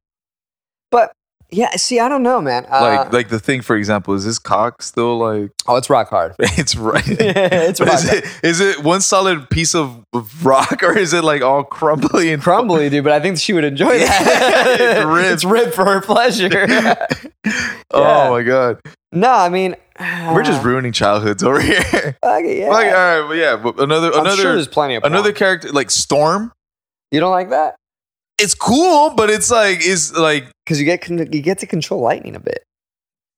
Speaker 1: but yeah. See, I don't know, man. Uh,
Speaker 2: like, like the thing, for example, is his cock still like
Speaker 1: oh, it's rock hard.
Speaker 2: it's right?
Speaker 1: it's
Speaker 2: But
Speaker 1: rock
Speaker 2: is,
Speaker 1: hard.
Speaker 2: it, is it one solid piece of rock or is it like all crumbly and
Speaker 1: Crumbly, dude, but I think she would enjoy that.
Speaker 2: Yeah, it's ripped.
Speaker 1: it's ripped for her pleasure. Yeah.
Speaker 2: Oh my god,
Speaker 1: no, I mean,
Speaker 2: we're just
Speaker 1: uh,
Speaker 2: ruining childhoods over here.
Speaker 1: fuck it, yeah.
Speaker 2: Like, all right, well, yeah, but another
Speaker 1: I'm
Speaker 2: another
Speaker 1: sure there's plenty of porn.
Speaker 2: another character like Storm.
Speaker 1: You don't like that
Speaker 2: It's cool, but it's like is like
Speaker 1: because you get con- you get to control lightning a bit.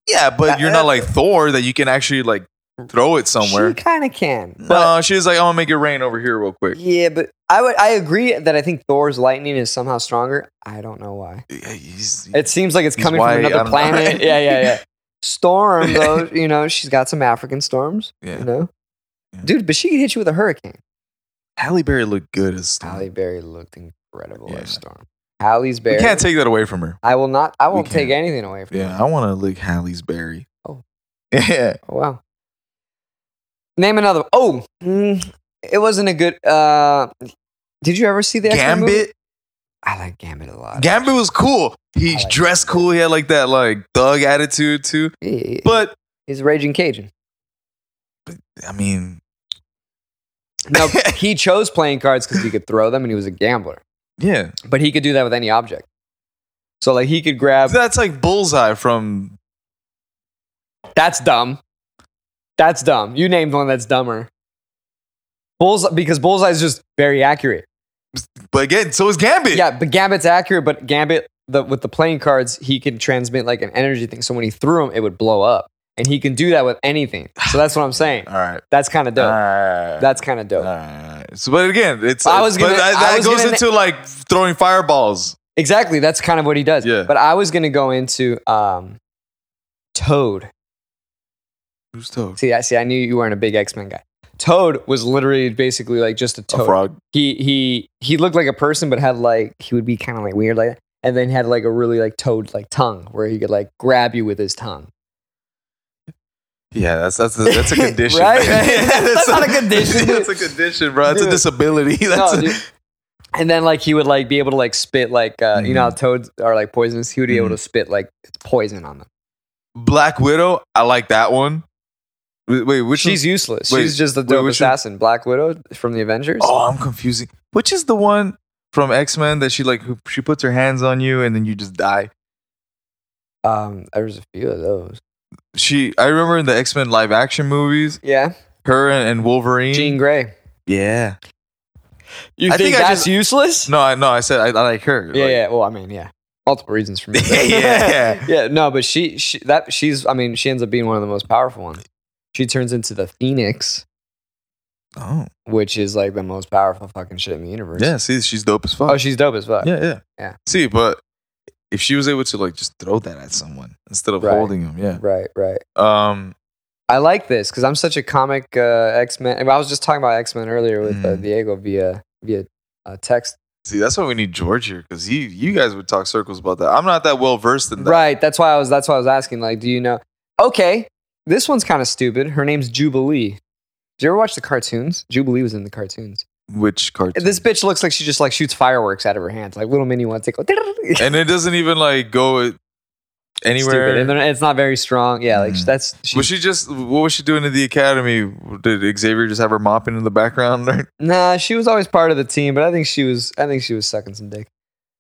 Speaker 2: yeah, but
Speaker 1: That-
Speaker 2: you're not like Thor that you can actually like throw it somewhere.
Speaker 1: She kind of can. but-
Speaker 2: no, she's like, I'm gonna make it rain over here real quick.
Speaker 1: Yeah, but I would I agree that I think Thor's lightning is somehow stronger. I don't know why.
Speaker 2: Yeah, he's-
Speaker 1: It seems like it's
Speaker 2: He's
Speaker 1: coming
Speaker 2: white,
Speaker 1: from
Speaker 2: I
Speaker 1: another
Speaker 2: don't
Speaker 1: planet.
Speaker 2: know.
Speaker 1: yeah, yeah, yeah. Storm though, you know, she's got some African storms.
Speaker 2: yeah.
Speaker 1: You know,
Speaker 2: Yeah.
Speaker 1: dude, but she could hit you with a hurricane.
Speaker 2: Halle Berry looked good as Storm.
Speaker 1: Halle Berry looked incredible
Speaker 2: Yeah.
Speaker 1: as Storm. Hallie's
Speaker 2: We
Speaker 1: Berry.
Speaker 2: can't take that away from her.
Speaker 1: I will not. I won't
Speaker 2: can't.
Speaker 1: take anything away from.
Speaker 2: Yeah, I want to lick Hallie's berry.
Speaker 1: Oh.
Speaker 2: yeah.
Speaker 1: Oh, wow. Name another. Oh, mm, it wasn't a good. uh Did you ever see the X-Men movie?
Speaker 2: Gambit.
Speaker 1: I like Gambit a lot.
Speaker 2: Gambit was cool.
Speaker 1: I
Speaker 2: He
Speaker 1: like
Speaker 2: dressed cool. He had like that like thug attitude too.
Speaker 1: He-
Speaker 2: But
Speaker 1: he's a raging Cajun.
Speaker 2: I mean,
Speaker 1: No, he chose playing cards because he could throw them and he was a gambler.
Speaker 2: yeah,
Speaker 1: But he could do that with any object. So like he could grab
Speaker 2: that's like Bullseye from
Speaker 1: that's dumb. That's dumb. You named one that's dumber. Bullseye because Bullseye's just very accurate.
Speaker 2: But again, so is Gambit.
Speaker 1: Yeah, but Gambit's accurate, but Gambit the, with the playing cards, he can transmit like an energy thing. So when he threw him, it would blow up. And he can do that with anything. So that's what I'm saying.
Speaker 2: All right.
Speaker 1: That's kind of
Speaker 2: All
Speaker 1: dope.
Speaker 2: right.
Speaker 1: that's kind of dope.
Speaker 2: Alright. So, but again, it's
Speaker 1: I was
Speaker 2: but
Speaker 1: gonna-
Speaker 2: that,
Speaker 1: I
Speaker 2: that
Speaker 1: was
Speaker 2: goes
Speaker 1: gonna-
Speaker 2: into like throwing fireballs.
Speaker 1: Exactly. That's kind of what he does.
Speaker 2: Yeah.
Speaker 1: But I was gonna go into um, Toad.
Speaker 2: Who's toad?
Speaker 1: See, I see. I knew you weren't a big X Men guy. Toad was literally basically like just a toad.
Speaker 2: A frog.
Speaker 1: He he he looked like a person, but had like he would be kind of like weird like, that. and then had like a really like toad like tongue where he could like grab you with his tongue.
Speaker 2: Yeah, that's that's that's a condition.
Speaker 1: Right?
Speaker 2: man.
Speaker 1: That's not a condition,
Speaker 2: That's a condition, bro. That's a
Speaker 1: Dude.
Speaker 2: disability.
Speaker 1: No,
Speaker 2: That's a,
Speaker 1: dude. And then like he would like be able to like spit like uh, you know how
Speaker 2: Mhm.
Speaker 1: toads are like poisonous. He would be able
Speaker 2: Mm-hmm.
Speaker 1: to spit like poison on them.
Speaker 2: Black Widow. I like that one. Wait, wait which
Speaker 1: She's
Speaker 2: one?
Speaker 1: useless.
Speaker 2: wait,
Speaker 1: She's just the
Speaker 2: wait,
Speaker 1: dope
Speaker 2: which one-
Speaker 1: assassin, Black Widow from the Avengers.
Speaker 2: Oh, I'm confusing. Which is the one from X Men that she like who, she puts her hands on you and then you just die.
Speaker 1: Um, there was a few of those.
Speaker 2: She. I remember in the X Men live action movies,
Speaker 1: Yeah,
Speaker 2: her and, and Wolverine.
Speaker 1: Jean Grey.
Speaker 2: Yeah.
Speaker 1: You
Speaker 2: I think I just-
Speaker 1: useless?
Speaker 2: No, I no. I said I, I like her.
Speaker 1: Yeah,
Speaker 2: Like,
Speaker 1: yeah. Well, I mean, yeah, multiple reasons for me.
Speaker 2: Yeah.
Speaker 1: yeah. No, but she, she, that she's. I mean, she ends up being one of the most powerful ones. She turns into the Phoenix,
Speaker 2: Oh.
Speaker 1: which is like the most powerful fucking shit in the universe.
Speaker 2: Yeah, see, she's dope as fuck.
Speaker 1: Oh, she's dope as fuck.
Speaker 2: yeah, yeah,
Speaker 1: Yeah.
Speaker 2: See, but if she was able to like just throw that at someone instead of
Speaker 1: Right.
Speaker 2: holding him, yeah.
Speaker 1: Right. Right.
Speaker 2: Um,
Speaker 1: I like this because I'm such a comic uh, X Men. I was just talking about X Men earlier with uh,
Speaker 2: Mhm.
Speaker 1: Diego via via uh, text.
Speaker 2: see, that's why we need George here because he, you guys would talk circles about that. I'm not that well versed in that.
Speaker 1: Right. That's why I was. That's why I was asking. Like, do you know? Okay, this one's kind of stupid. Her name's Jubilee. Did you ever watch the cartoons? Jubilee was in the cartoons.
Speaker 2: Which cartoon?
Speaker 1: This bitch looks like she just like shoots fireworks out of her hands, like little mini ones. They go
Speaker 2: and it doesn't even like go
Speaker 1: Stupid. And
Speaker 2: anywhere.
Speaker 1: they're- it's not very strong. Yeah, like
Speaker 2: Mm.
Speaker 1: that's she,
Speaker 2: Was she just? What was she doing at the academy? Did Xavier just have her mopping in the background?
Speaker 1: nah. She was always part of the team, but I think she was. I think she was sucking some dick.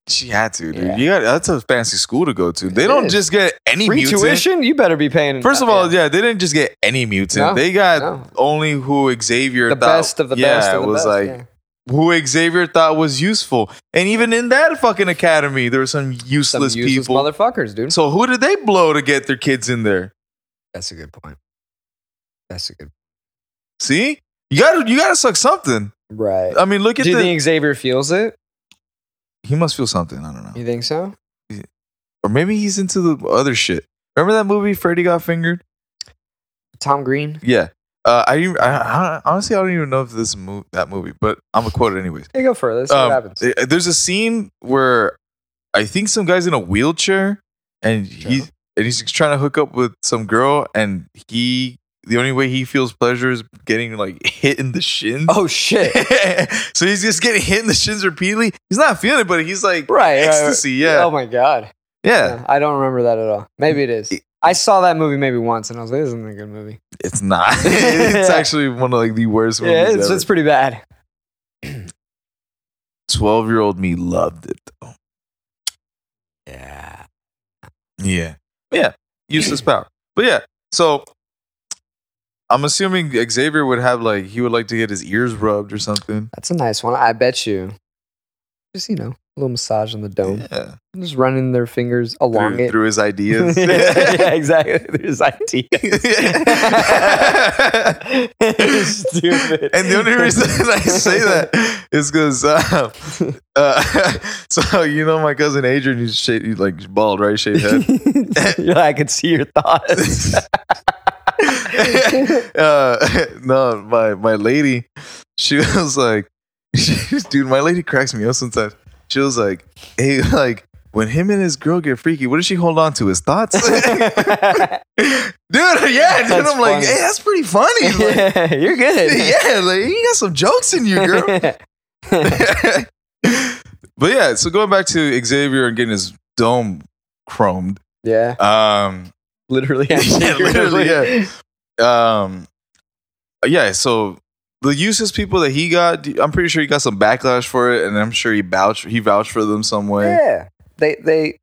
Speaker 2: she had to, dude.
Speaker 1: Yeah.
Speaker 2: You got that's a fancy school to go to. They
Speaker 1: It
Speaker 2: don't
Speaker 1: is.
Speaker 2: just get any
Speaker 1: Free
Speaker 2: mutant.
Speaker 1: tuition? You better be paying.
Speaker 2: First of all, yeah. they didn't just get any mutant.
Speaker 1: No,
Speaker 2: they got
Speaker 1: no.
Speaker 2: only who Xavier
Speaker 1: the
Speaker 2: thought,
Speaker 1: best of the
Speaker 2: yeah,
Speaker 1: best. Of the
Speaker 2: was
Speaker 1: best,
Speaker 2: like
Speaker 1: yeah.
Speaker 2: who Xavier thought was useful. And even in that fucking academy, there were some
Speaker 1: some
Speaker 2: useless,
Speaker 1: useless
Speaker 2: people.
Speaker 1: motherfuckers, dude.
Speaker 2: so who did they blow to get their kids in there?
Speaker 1: That's a good point. That's a good
Speaker 2: See, you gotta you gotta suck something.
Speaker 1: right.
Speaker 2: I mean, look at
Speaker 1: Do you
Speaker 2: Uh, the.
Speaker 1: think Xavier feels it?
Speaker 2: he must feel something. I don't know,
Speaker 1: You think so?
Speaker 2: or maybe he's into the other shit. Remember that movie Freddy Got Fingered?
Speaker 1: Tom Green?
Speaker 2: Yeah. Uh, I, I, I honestly I don't even know if this mo- that movie, but I'm gonna quote it anyways.
Speaker 1: Hey, go further. Let's see
Speaker 2: Um,
Speaker 1: what happens.
Speaker 2: th- There's a scene where I think some guy's in a wheelchair and he
Speaker 1: Sure.
Speaker 2: and he's trying to hook up with some girl and he the only way he feels pleasure is getting like hit in the shins.
Speaker 1: oh shit!
Speaker 2: so he's just getting hit in the shins repeatedly. He's not feeling it, but he's like
Speaker 1: Right, right, right.
Speaker 2: ecstasy. Yeah.
Speaker 1: Oh my god.
Speaker 2: yeah.
Speaker 1: Yeah, I don't remember that at all. Maybe it is.
Speaker 2: It-
Speaker 1: I saw that movie maybe once, and I was like, "This isn't a good movie."
Speaker 2: It's not. it's
Speaker 1: Yeah.
Speaker 2: actually one of like the worst movies.
Speaker 1: Yeah, it's,
Speaker 2: ever.
Speaker 1: it's pretty bad.
Speaker 2: 12 year old me loved it though.
Speaker 1: Yeah.
Speaker 2: Yeah. Yeah. Useless power. But yeah. So I'm assuming Xavier would have like he would like to get his ears rubbed or something.
Speaker 1: That's a nice one. I bet you. Just you know, a little massage on the dome.
Speaker 2: Yeah.
Speaker 1: Just running their fingers along
Speaker 2: Through,
Speaker 1: it.
Speaker 2: through his ideas.
Speaker 1: yeah, yeah, exactly. There's IT. Stupid.
Speaker 2: And the only reason I say that is because, uh, uh, so you know, my cousin Adrian, he's, shaved, he's like bald, right? Shaved head.
Speaker 1: yeah, I could see your thoughts.
Speaker 2: uh, no, my my lady, she was like, dude, my lady cracks me up sometimes. She was like, hey, like when him and his girl get freaky, what does she hold on to? His thoughts, dude. Yeah, dude.
Speaker 1: That's
Speaker 2: I'm like,
Speaker 1: funny.
Speaker 2: hey, that's pretty funny. Like,
Speaker 1: yeah, you're good.
Speaker 2: yeah, like you got some jokes in you, girl. but yeah, so going back to Xavier and getting his dome chromed.
Speaker 1: yeah,
Speaker 2: Um,
Speaker 1: literally.
Speaker 2: Yeah,
Speaker 1: actually,
Speaker 2: literally, um yeah so the useless people that he got i'm pretty sure he got some backlash for it and i'm sure he vouched he vouched for them some way
Speaker 1: Yeah. They they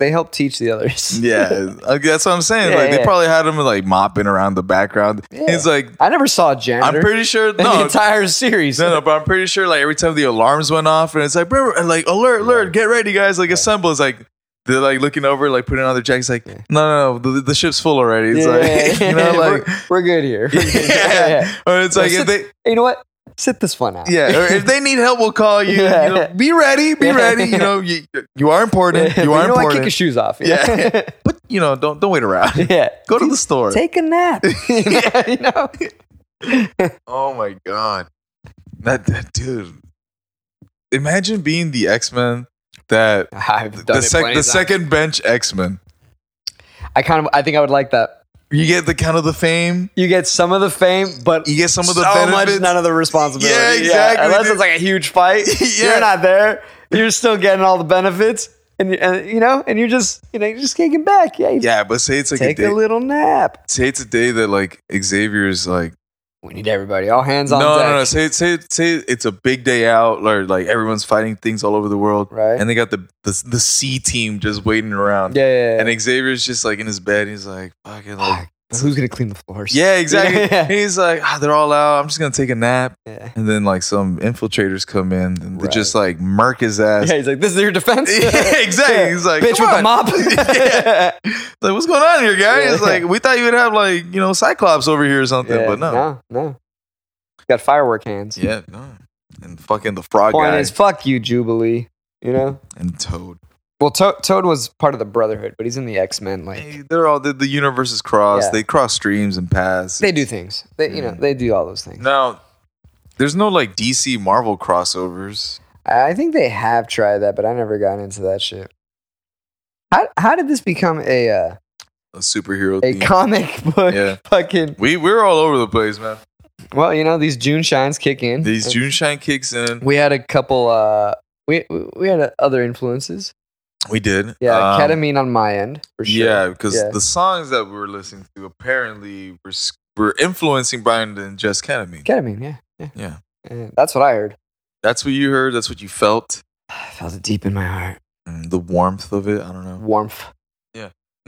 Speaker 1: they help teach the others.
Speaker 2: Yeah, uh, like, that's what I'm saying.
Speaker 1: Yeah,
Speaker 2: like they
Speaker 1: yeah.
Speaker 2: probably had him like mopping around the background.
Speaker 1: Yeah.
Speaker 2: He's like,
Speaker 1: I never saw a
Speaker 2: I'm
Speaker 1: janitor.
Speaker 2: pretty sure.
Speaker 1: in the
Speaker 2: No,
Speaker 1: entire series.
Speaker 2: no, no, but I'm pretty sure. Like every time the alarms went off, and it's like, "Brr, brr," like alert, alert, get ready, guys! Like assemble. It's like they're like looking over, like putting on their jackets. Like, no, no, no, the, the ship's full already. It's like, you know, like,
Speaker 1: we're, we're good here. We're good.
Speaker 2: yeah.
Speaker 1: Yeah.
Speaker 2: Or it's like if
Speaker 1: Sit-
Speaker 2: they,
Speaker 1: Hey, you know what? Sit this one out.
Speaker 2: yeah, or if they need help, we'll call you.
Speaker 1: Yeah.
Speaker 2: You know, be ready, be
Speaker 1: Yeah.
Speaker 2: ready. You know, you you are important.
Speaker 1: But
Speaker 2: You are
Speaker 1: know what? Kick
Speaker 2: important.
Speaker 1: your shoes off.
Speaker 2: Yeah. but you know, don't don't wait around.
Speaker 1: yeah.
Speaker 2: Go to the store.
Speaker 1: Take a nap. you know? You know?
Speaker 2: Oh my god, that, that dude! Imagine being the X Men that
Speaker 1: I've done
Speaker 2: the,
Speaker 1: it
Speaker 2: sec-
Speaker 1: plenty
Speaker 2: the
Speaker 1: of times.
Speaker 2: second bench X Men.
Speaker 1: I kind of. I think I would like that.
Speaker 2: You get the kind of the fame.
Speaker 1: You get some of the fame, but
Speaker 2: You get some of the
Speaker 1: so
Speaker 2: benefits.
Speaker 1: much none of the responsibility.
Speaker 2: Yeah, exactly,
Speaker 1: Unless
Speaker 2: dude.
Speaker 1: it's like a huge fight,
Speaker 2: Yeah.
Speaker 1: you're not there. You're still getting all the benefits, and, you- and you know, and you're just you know you're just kicking back. Yeah, you
Speaker 2: yeah, but say it's like
Speaker 1: take
Speaker 2: a day.
Speaker 1: a little nap.
Speaker 2: say it's a day that like Xavier's like
Speaker 1: We need everybody. All hands
Speaker 2: no
Speaker 1: on
Speaker 2: no
Speaker 1: deck.
Speaker 2: no. Say say say it's a big day out or like everyone's fighting things all over the world.
Speaker 1: Right.
Speaker 2: And they got the the, the C team just waiting around.
Speaker 1: Yeah, yeah, yeah.
Speaker 2: And Xavier's just like in his bed. He's like fucking like
Speaker 1: Fuck, who's gonna clean the floors?
Speaker 2: Yeah, exactly.
Speaker 1: Yeah.
Speaker 2: He's like, ah, they're all out. I'm just gonna take a nap.
Speaker 1: yeah.
Speaker 2: And then like some infiltrators come in and they
Speaker 1: Right.
Speaker 2: just like murk his ass.
Speaker 1: Yeah, he's like, this is your defense.
Speaker 2: Yeah, exactly. He's like,
Speaker 1: bitch
Speaker 2: "Come
Speaker 1: with the
Speaker 2: on."
Speaker 1: mop.
Speaker 2: Yeah. Like, what's going on here, guy?
Speaker 1: Yeah.
Speaker 2: It's like we thought you would have like you know Cyclops over here or something,
Speaker 1: Yeah,
Speaker 2: but no.
Speaker 1: no, no. Got firework hands.
Speaker 2: Yeah, no. And fucking the frog
Speaker 1: Point
Speaker 2: guy
Speaker 1: is, fuck you, Jubilee. You know.
Speaker 2: and Toad.
Speaker 1: Well, Toad, Toad was part of the Brotherhood, but he's in the X Men. Like
Speaker 2: Hey, they're all the, the universes cross.
Speaker 1: Yeah.
Speaker 2: They cross streams and paths.
Speaker 1: they do things. They, you know,
Speaker 2: Mm.
Speaker 1: they do all those things.
Speaker 2: now, there's no like DC Marvel crossovers.
Speaker 1: I I think they have tried that, but I never got into that shit. How, how did this become a uh,
Speaker 2: A superhero.
Speaker 1: a
Speaker 2: theme.
Speaker 1: comic book
Speaker 2: yeah,
Speaker 1: fucking?
Speaker 2: we we're all over the place, man.
Speaker 1: Mm-hmm. Well, you know these June shines kick in.
Speaker 2: These
Speaker 1: And-
Speaker 2: June Shine kicks in.
Speaker 1: We had a couple. uh We we- we had uh, other influences.
Speaker 2: We did.
Speaker 1: Yeah,
Speaker 2: Um,
Speaker 1: ketamine on my end for sure.
Speaker 2: Yeah, because
Speaker 1: Yeah.
Speaker 2: the songs that we were listening to apparently were s- were influencing Brian and Jess Ketamine.
Speaker 1: ketamine. Yeah, yeah,
Speaker 2: Yeah.
Speaker 1: And that's what I heard.
Speaker 2: That's what you heard. That's what you felt.
Speaker 1: I felt it deep in my heart.
Speaker 2: Mm, the warmth of it. I don't know.
Speaker 1: Warmth.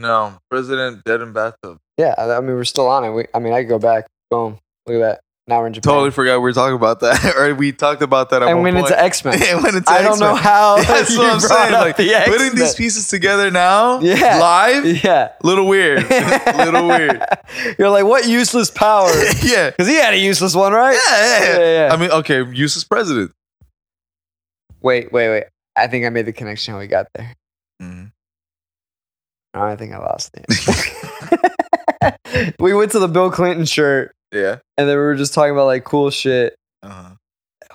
Speaker 2: No, President Dead and Bathtub.
Speaker 1: Yeah, I I mean we're still on it. We, I mean I could go back. Boom. Look at that. Now we're in Japan.
Speaker 2: Totally forgot we were talking about that, or we talked about that. At
Speaker 1: And
Speaker 2: one
Speaker 1: went
Speaker 2: point.
Speaker 1: into X Men.
Speaker 2: Yeah, it went into
Speaker 1: I don't
Speaker 2: X-Men.
Speaker 1: know how.
Speaker 2: Yeah, That's
Speaker 1: you
Speaker 2: what I'm
Speaker 1: brought
Speaker 2: saying.
Speaker 1: up
Speaker 2: Like
Speaker 1: the
Speaker 2: putting these
Speaker 1: X-Men.
Speaker 2: pieces together now,
Speaker 1: Yeah.
Speaker 2: live,
Speaker 1: Yeah.
Speaker 2: little weird, little weird.
Speaker 1: You're like, what useless power?
Speaker 2: yeah.
Speaker 1: Because he had a useless one,
Speaker 2: Yeah,
Speaker 1: right?
Speaker 2: yeah, yeah.
Speaker 1: yeah, yeah.
Speaker 2: I mean, okay, useless president.
Speaker 1: Wait, wait, wait. I think I made the connection how we got there. Mm-hmm.
Speaker 2: Mhm.
Speaker 1: No, I think I lost it. we went to the Bill Clinton shirt,
Speaker 2: Yeah.
Speaker 1: and then we were just talking about like cool shit.
Speaker 2: Uh-huh.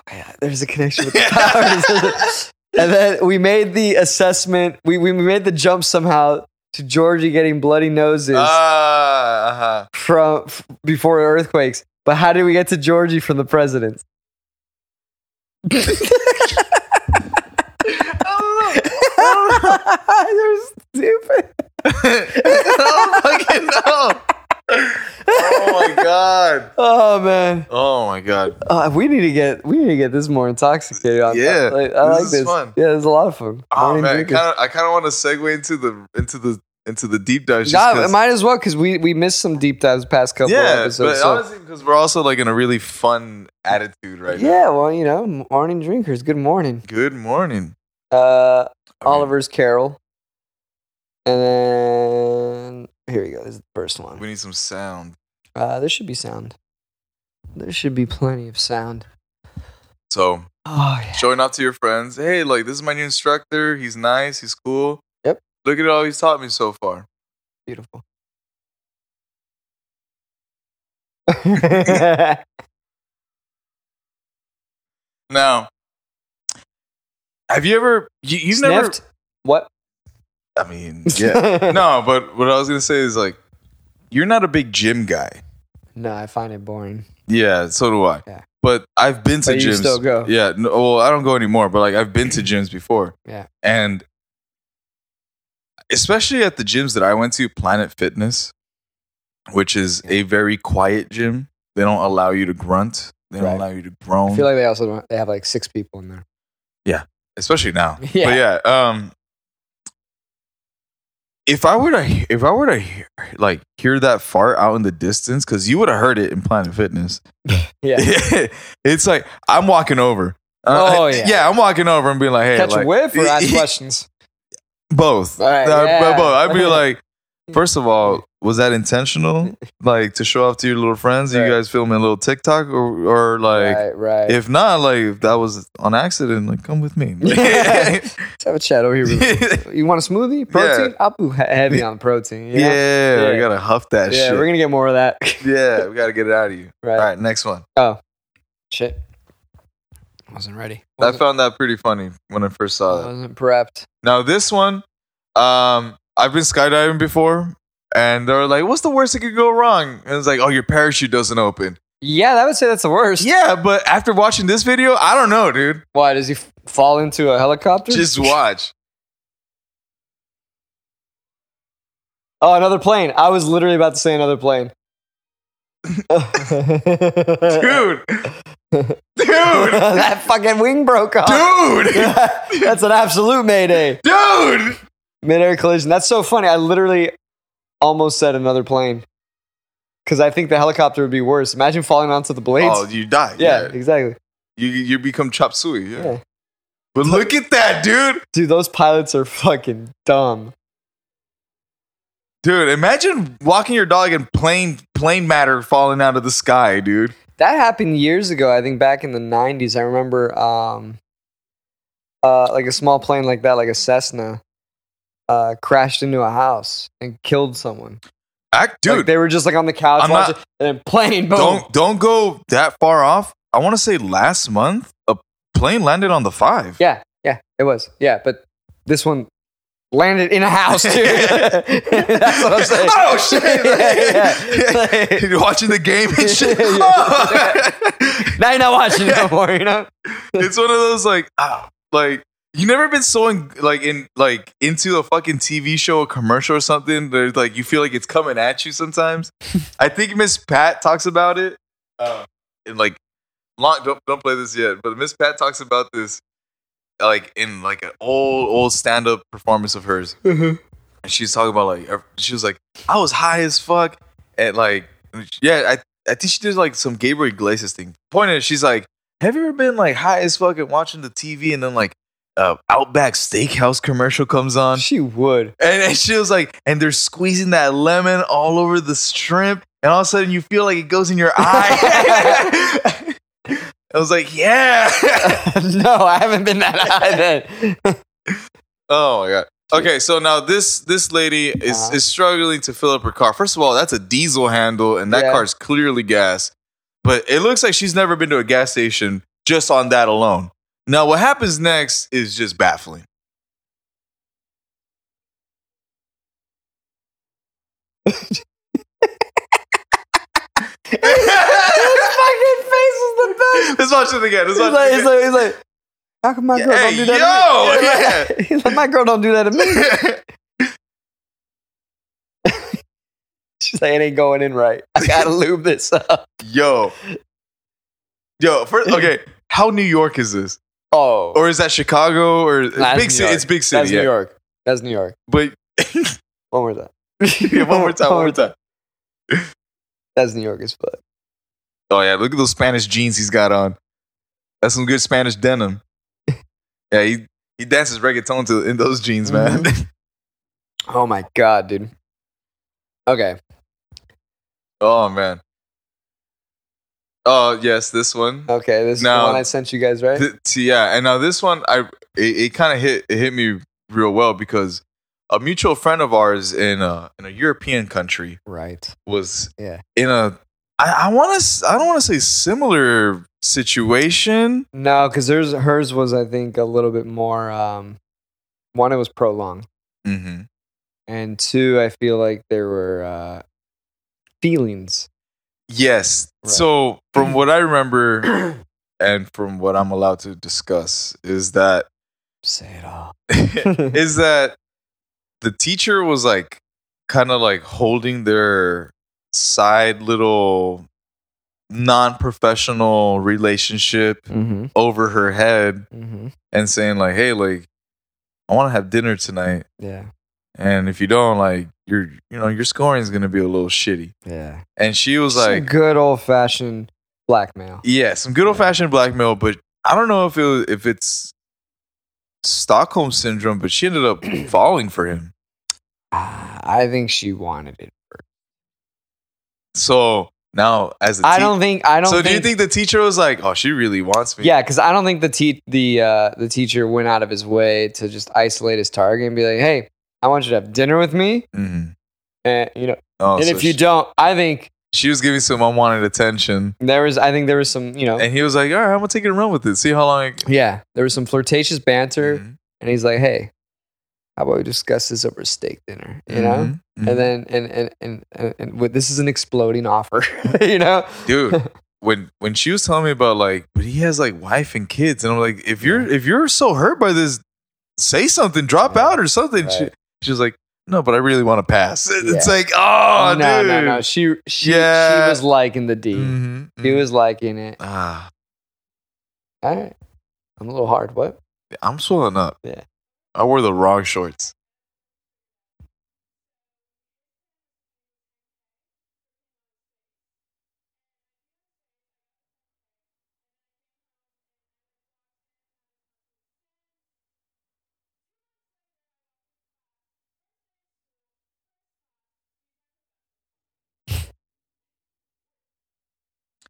Speaker 1: Yeah, there's a connection with the powers. and then we made the assessment. We we made the jump somehow to Georgie getting bloody noses
Speaker 2: Ah, uh-huh.
Speaker 1: from f- before earthquakes. But how did we get to Georgie from the presidents? You're stupid.
Speaker 2: I don't uh-huh. Oh, fucking know. Oh my god.
Speaker 1: Oh man,
Speaker 2: Oh my god.
Speaker 1: Uh, we need to get we need to get this more intoxicated. On
Speaker 2: Yeah,
Speaker 1: like, I
Speaker 2: this
Speaker 1: like
Speaker 2: is
Speaker 1: this.
Speaker 2: fun.
Speaker 1: Yeah, it's a lot of fun.
Speaker 2: Oh
Speaker 1: Morning
Speaker 2: man,
Speaker 1: drinkers.
Speaker 2: kinda, I kind of want to segue into the into the into the deep dive. just
Speaker 1: Nah,
Speaker 2: 'cause-
Speaker 1: it might as well because we we missed some deep dives the past couple
Speaker 2: yeah, but
Speaker 1: episodes. so-
Speaker 2: honestly, because we're also like in a really fun attitude right now.
Speaker 1: yeah, well, you know, morning drinkers. Good morning,
Speaker 2: Good morning,
Speaker 1: uh,
Speaker 2: I mean,
Speaker 1: Oliver's Carol, and then here we go. This is the first one.
Speaker 2: We need some sound.
Speaker 1: Uh, there should be sound. There should be plenty of sound.
Speaker 2: So
Speaker 1: Oh yeah.
Speaker 2: showing off to your friends. Hey, like this is my new instructor. He's nice. He's cool.
Speaker 1: Yep.
Speaker 2: Look at all he's taught me so far.
Speaker 1: Beautiful. yeah,
Speaker 2: Now, have you ever? You, you've
Speaker 1: Sniffed? What?
Speaker 2: never. I mean, yeah. no, but what I was gonna say is like, you're not a big gym guy.
Speaker 1: no, I find it boring.
Speaker 2: Yeah, so do I.
Speaker 1: Yeah.
Speaker 2: But I've been to
Speaker 1: But
Speaker 2: gyms.
Speaker 1: you still go.
Speaker 2: Yeah. No, well, I don't go anymore, but like I've been to gyms before.
Speaker 1: Yeah.
Speaker 2: And especially at the gyms that I went to, Planet Fitness, which is a very quiet gym. They don't allow you to grunt. They don't
Speaker 1: Right.
Speaker 2: allow you to
Speaker 1: I
Speaker 2: groan.
Speaker 1: feel like they also don't, they have like six people in there.
Speaker 2: especially now.
Speaker 1: Yeah.
Speaker 2: But yeah. Um if I were to if I were to hear, like hear that fart out in the distance, because you would have heard it in Planet Fitness.
Speaker 1: Yeah.
Speaker 2: it's like I'm walking over. Uh,
Speaker 1: Oh, yeah.
Speaker 2: yeah, I'm walking over and being like, hey,
Speaker 1: Catch
Speaker 2: like,
Speaker 1: a whiff or ask questions.
Speaker 2: both.
Speaker 1: All right,
Speaker 2: Uh, but-
Speaker 1: yeah.
Speaker 2: but I'd be like, first of all, was that intentional? Like to show off to your little friends?
Speaker 1: Right.
Speaker 2: You guys filming a little TikTok or or like.
Speaker 1: right, right.
Speaker 2: If not, like if that was on accident, like come with me.
Speaker 1: Yeah. Let's have a chat over here. real quick.
Speaker 2: yeah,
Speaker 1: You want a smoothie? Protein? I'll be heavy on protein. you know?
Speaker 2: I gotta huff that
Speaker 1: yeah.
Speaker 2: shit.
Speaker 1: We're gonna get more of that.
Speaker 2: yeah, we gotta get it out of you.
Speaker 1: right.
Speaker 2: All right, next one.
Speaker 1: Shit. Wasn't ready.
Speaker 2: I
Speaker 1: Wasn't,
Speaker 2: found that pretty funny when I first saw that.
Speaker 1: wasn't prepped.
Speaker 2: Now this one, um, I've been skydiving before, and they're like, "What's the worst that could go wrong?" And it's like, "Oh, your parachute doesn't open."
Speaker 1: Yeah, that would say that's the worst.
Speaker 2: Yeah, but after watching this video, I don't know, dude.
Speaker 1: Why does he f- fall into a helicopter?
Speaker 2: Just watch.
Speaker 1: oh, another plane. I was literally about to say another plane. Dude,
Speaker 2: dude, dude,
Speaker 1: that fucking wing broke off.
Speaker 2: dude,
Speaker 1: that's an absolute mayday.
Speaker 2: dude.
Speaker 1: Midair collision. That's so funny. I literally almost said another plane because I think the helicopter would be worse. Imagine falling onto the blades.
Speaker 2: Oh, you die.
Speaker 1: yeah, exactly.
Speaker 2: you you become chop suey. Yeah.
Speaker 1: Yeah.
Speaker 2: But look at that, dude.
Speaker 1: Dude, those pilots are fucking dumb.
Speaker 2: Dude, imagine walking your dog and plane plane matter falling out of the sky, dude.
Speaker 1: That happened years ago. I think back in the '90s. I remember, um, uh, like a small plane like that, like a Cessna, uh, crashed into a house and killed someone.
Speaker 2: Act, dude.
Speaker 1: like, they were just like on the couch
Speaker 2: I'm not-
Speaker 1: watching, and then plane boom.
Speaker 2: don't don't go that far off. I want to say last month a plane landed on the five.
Speaker 1: Yeah, yeah, it was. Yeah, but this one landed in a house, dude. That's what I'm saying.
Speaker 2: Oh shit!
Speaker 1: yeah, yeah. Like,
Speaker 2: You're watching the game and shit.
Speaker 1: Yeah.
Speaker 2: Oh.
Speaker 1: now you're not watching it no more, you know?
Speaker 2: it's one of those like ah, like you never been so in, like in like into a fucking TV show, a commercial or something. There's like you feel like it's coming at you sometimes. I think Miss Pat talks about it. Uh, in like long, don't don't play this yet, but Miss Pat talks about this like in like an old old stand up performance of hers. And she's talking about like ev- she was like I was high as fuck and like yeah I I think she did like some Gabriel Iglesias thing. Point is she's like have you ever been like high as fuck and watching the TV and then like uh, Outback Steakhouse commercial comes on
Speaker 1: She would.
Speaker 2: and, and she was like and they're squeezing that lemon all over the shrimp and all of a sudden you feel like it goes in your eye. I was like yeah
Speaker 1: no, I haven't been that high then.
Speaker 2: oh my god. Okay, so now this this lady is
Speaker 1: Uh-huh.
Speaker 2: is struggling to fill up her car. First of all, that's a diesel handle, and that
Speaker 1: Yeah.
Speaker 2: car's clearly gas. But it looks like she's never been to a gas station just on that alone. Now, what happens next is just baffling.
Speaker 1: His
Speaker 2: let's
Speaker 1: fucking face is the best.
Speaker 2: watch it again.
Speaker 1: He's
Speaker 2: Let's watch
Speaker 1: like,
Speaker 2: it
Speaker 1: he's
Speaker 2: again.
Speaker 1: like, he's like, how come my
Speaker 2: Yeah,
Speaker 1: girl don't
Speaker 2: hey,
Speaker 1: do that? to me? He's
Speaker 2: yo,
Speaker 1: like- he's like, my girl don't do that to me. She's like, it ain't going in right. I gotta lube this up.
Speaker 2: Yo. Yo, first, okay. How New York is this?
Speaker 1: Oh,
Speaker 2: Or is that Chicago? Or
Speaker 1: Nah,
Speaker 2: big
Speaker 1: that's
Speaker 2: city?
Speaker 1: New
Speaker 2: It's big city.
Speaker 1: that's
Speaker 2: yeah.
Speaker 1: New York. That's New York.
Speaker 2: But
Speaker 1: One more time.
Speaker 2: yeah, one more time, one more time.
Speaker 1: That's New York as fuck.
Speaker 2: Oh yeah, look at those Spanish jeans he's got on. That's some good Spanish denim. yeah, he, he dances reggaeton to, in those jeans, man.
Speaker 1: Oh my god, dude. Okay.
Speaker 2: oh man. Oh yes, this one.
Speaker 1: Okay. This is
Speaker 2: Now-
Speaker 1: the one I sent you guys, right?
Speaker 2: Th- t- yeah, and now this one, I it, it kind of hit it hit me real well because a mutual friend of ours in a in a European country
Speaker 1: right.
Speaker 2: was
Speaker 1: Yeah.
Speaker 2: in a I, I want to I don't want to say similar situation.
Speaker 1: No, because hers hers was I think a little bit more um one it was prolonged.
Speaker 2: Mm-hmm.
Speaker 1: And two, I feel like there were uh feelings.
Speaker 2: Yes.
Speaker 1: Right.
Speaker 2: So from what I remember and from what I'm allowed to discuss is that
Speaker 1: Say it all.
Speaker 2: is that the teacher was like kind of like holding their side little non-professional relationship
Speaker 1: Mm-hmm.
Speaker 2: over her head
Speaker 1: Mm-hmm.
Speaker 2: and saying like hey like I want to have dinner tonight
Speaker 1: Yeah.
Speaker 2: and if you don't, like your you know your scoring is gonna be a little shitty.
Speaker 1: Yeah.
Speaker 2: And she was
Speaker 1: Some
Speaker 2: like,
Speaker 1: good old fashioned blackmail.
Speaker 2: yeah, some good old fashioned blackmail, but I don't know if it was, if it's Stockholm syndrome, but she ended up falling for him.
Speaker 1: Ah, I think she wanted it.
Speaker 2: So now as a
Speaker 1: I
Speaker 2: tea-
Speaker 1: don't think. I don't.
Speaker 2: so
Speaker 1: think,
Speaker 2: do you think the teacher was like, oh, she really wants me?
Speaker 1: Yeah, because I don't think the te- the uh, the teacher went out of his way to just isolate his target and be like, "Hey, I want you to have dinner with me,"
Speaker 2: Mhm.
Speaker 1: and you know.
Speaker 2: Oh,
Speaker 1: and
Speaker 2: so
Speaker 1: if you
Speaker 2: she,
Speaker 1: don't, I think
Speaker 2: she was giving some unwanted attention,
Speaker 1: there was. I think there was some. You know.
Speaker 2: and he was like, all right, I'm gonna take it and run with it. See how long. I can.
Speaker 1: yeah, there was some flirtatious banter,
Speaker 2: Mhm.
Speaker 1: and he's like, "Hey, how about we discuss this over steak dinner?" You know.
Speaker 2: Mhm. Mhm.
Speaker 1: And then and and and and, and with, this is an exploding offer, you know.
Speaker 2: dude when when she was telling me about like but he has like wife and kids and i'm like if you're if you're so hurt by this say something drop
Speaker 1: Yeah.
Speaker 2: out or something she,
Speaker 1: Right.
Speaker 2: she was like no but i really want to pass It- it's
Speaker 1: Yeah.
Speaker 2: like oh
Speaker 1: no,
Speaker 2: dude
Speaker 1: no, no. She she
Speaker 2: Yeah.
Speaker 1: she was liking the D.
Speaker 2: Mhm,
Speaker 1: She
Speaker 2: mhm.
Speaker 1: was liking it.
Speaker 2: ah
Speaker 1: All right. I'm a little hard. What?
Speaker 2: i'm swelling up
Speaker 1: Yeah.
Speaker 2: i wore the wrong shorts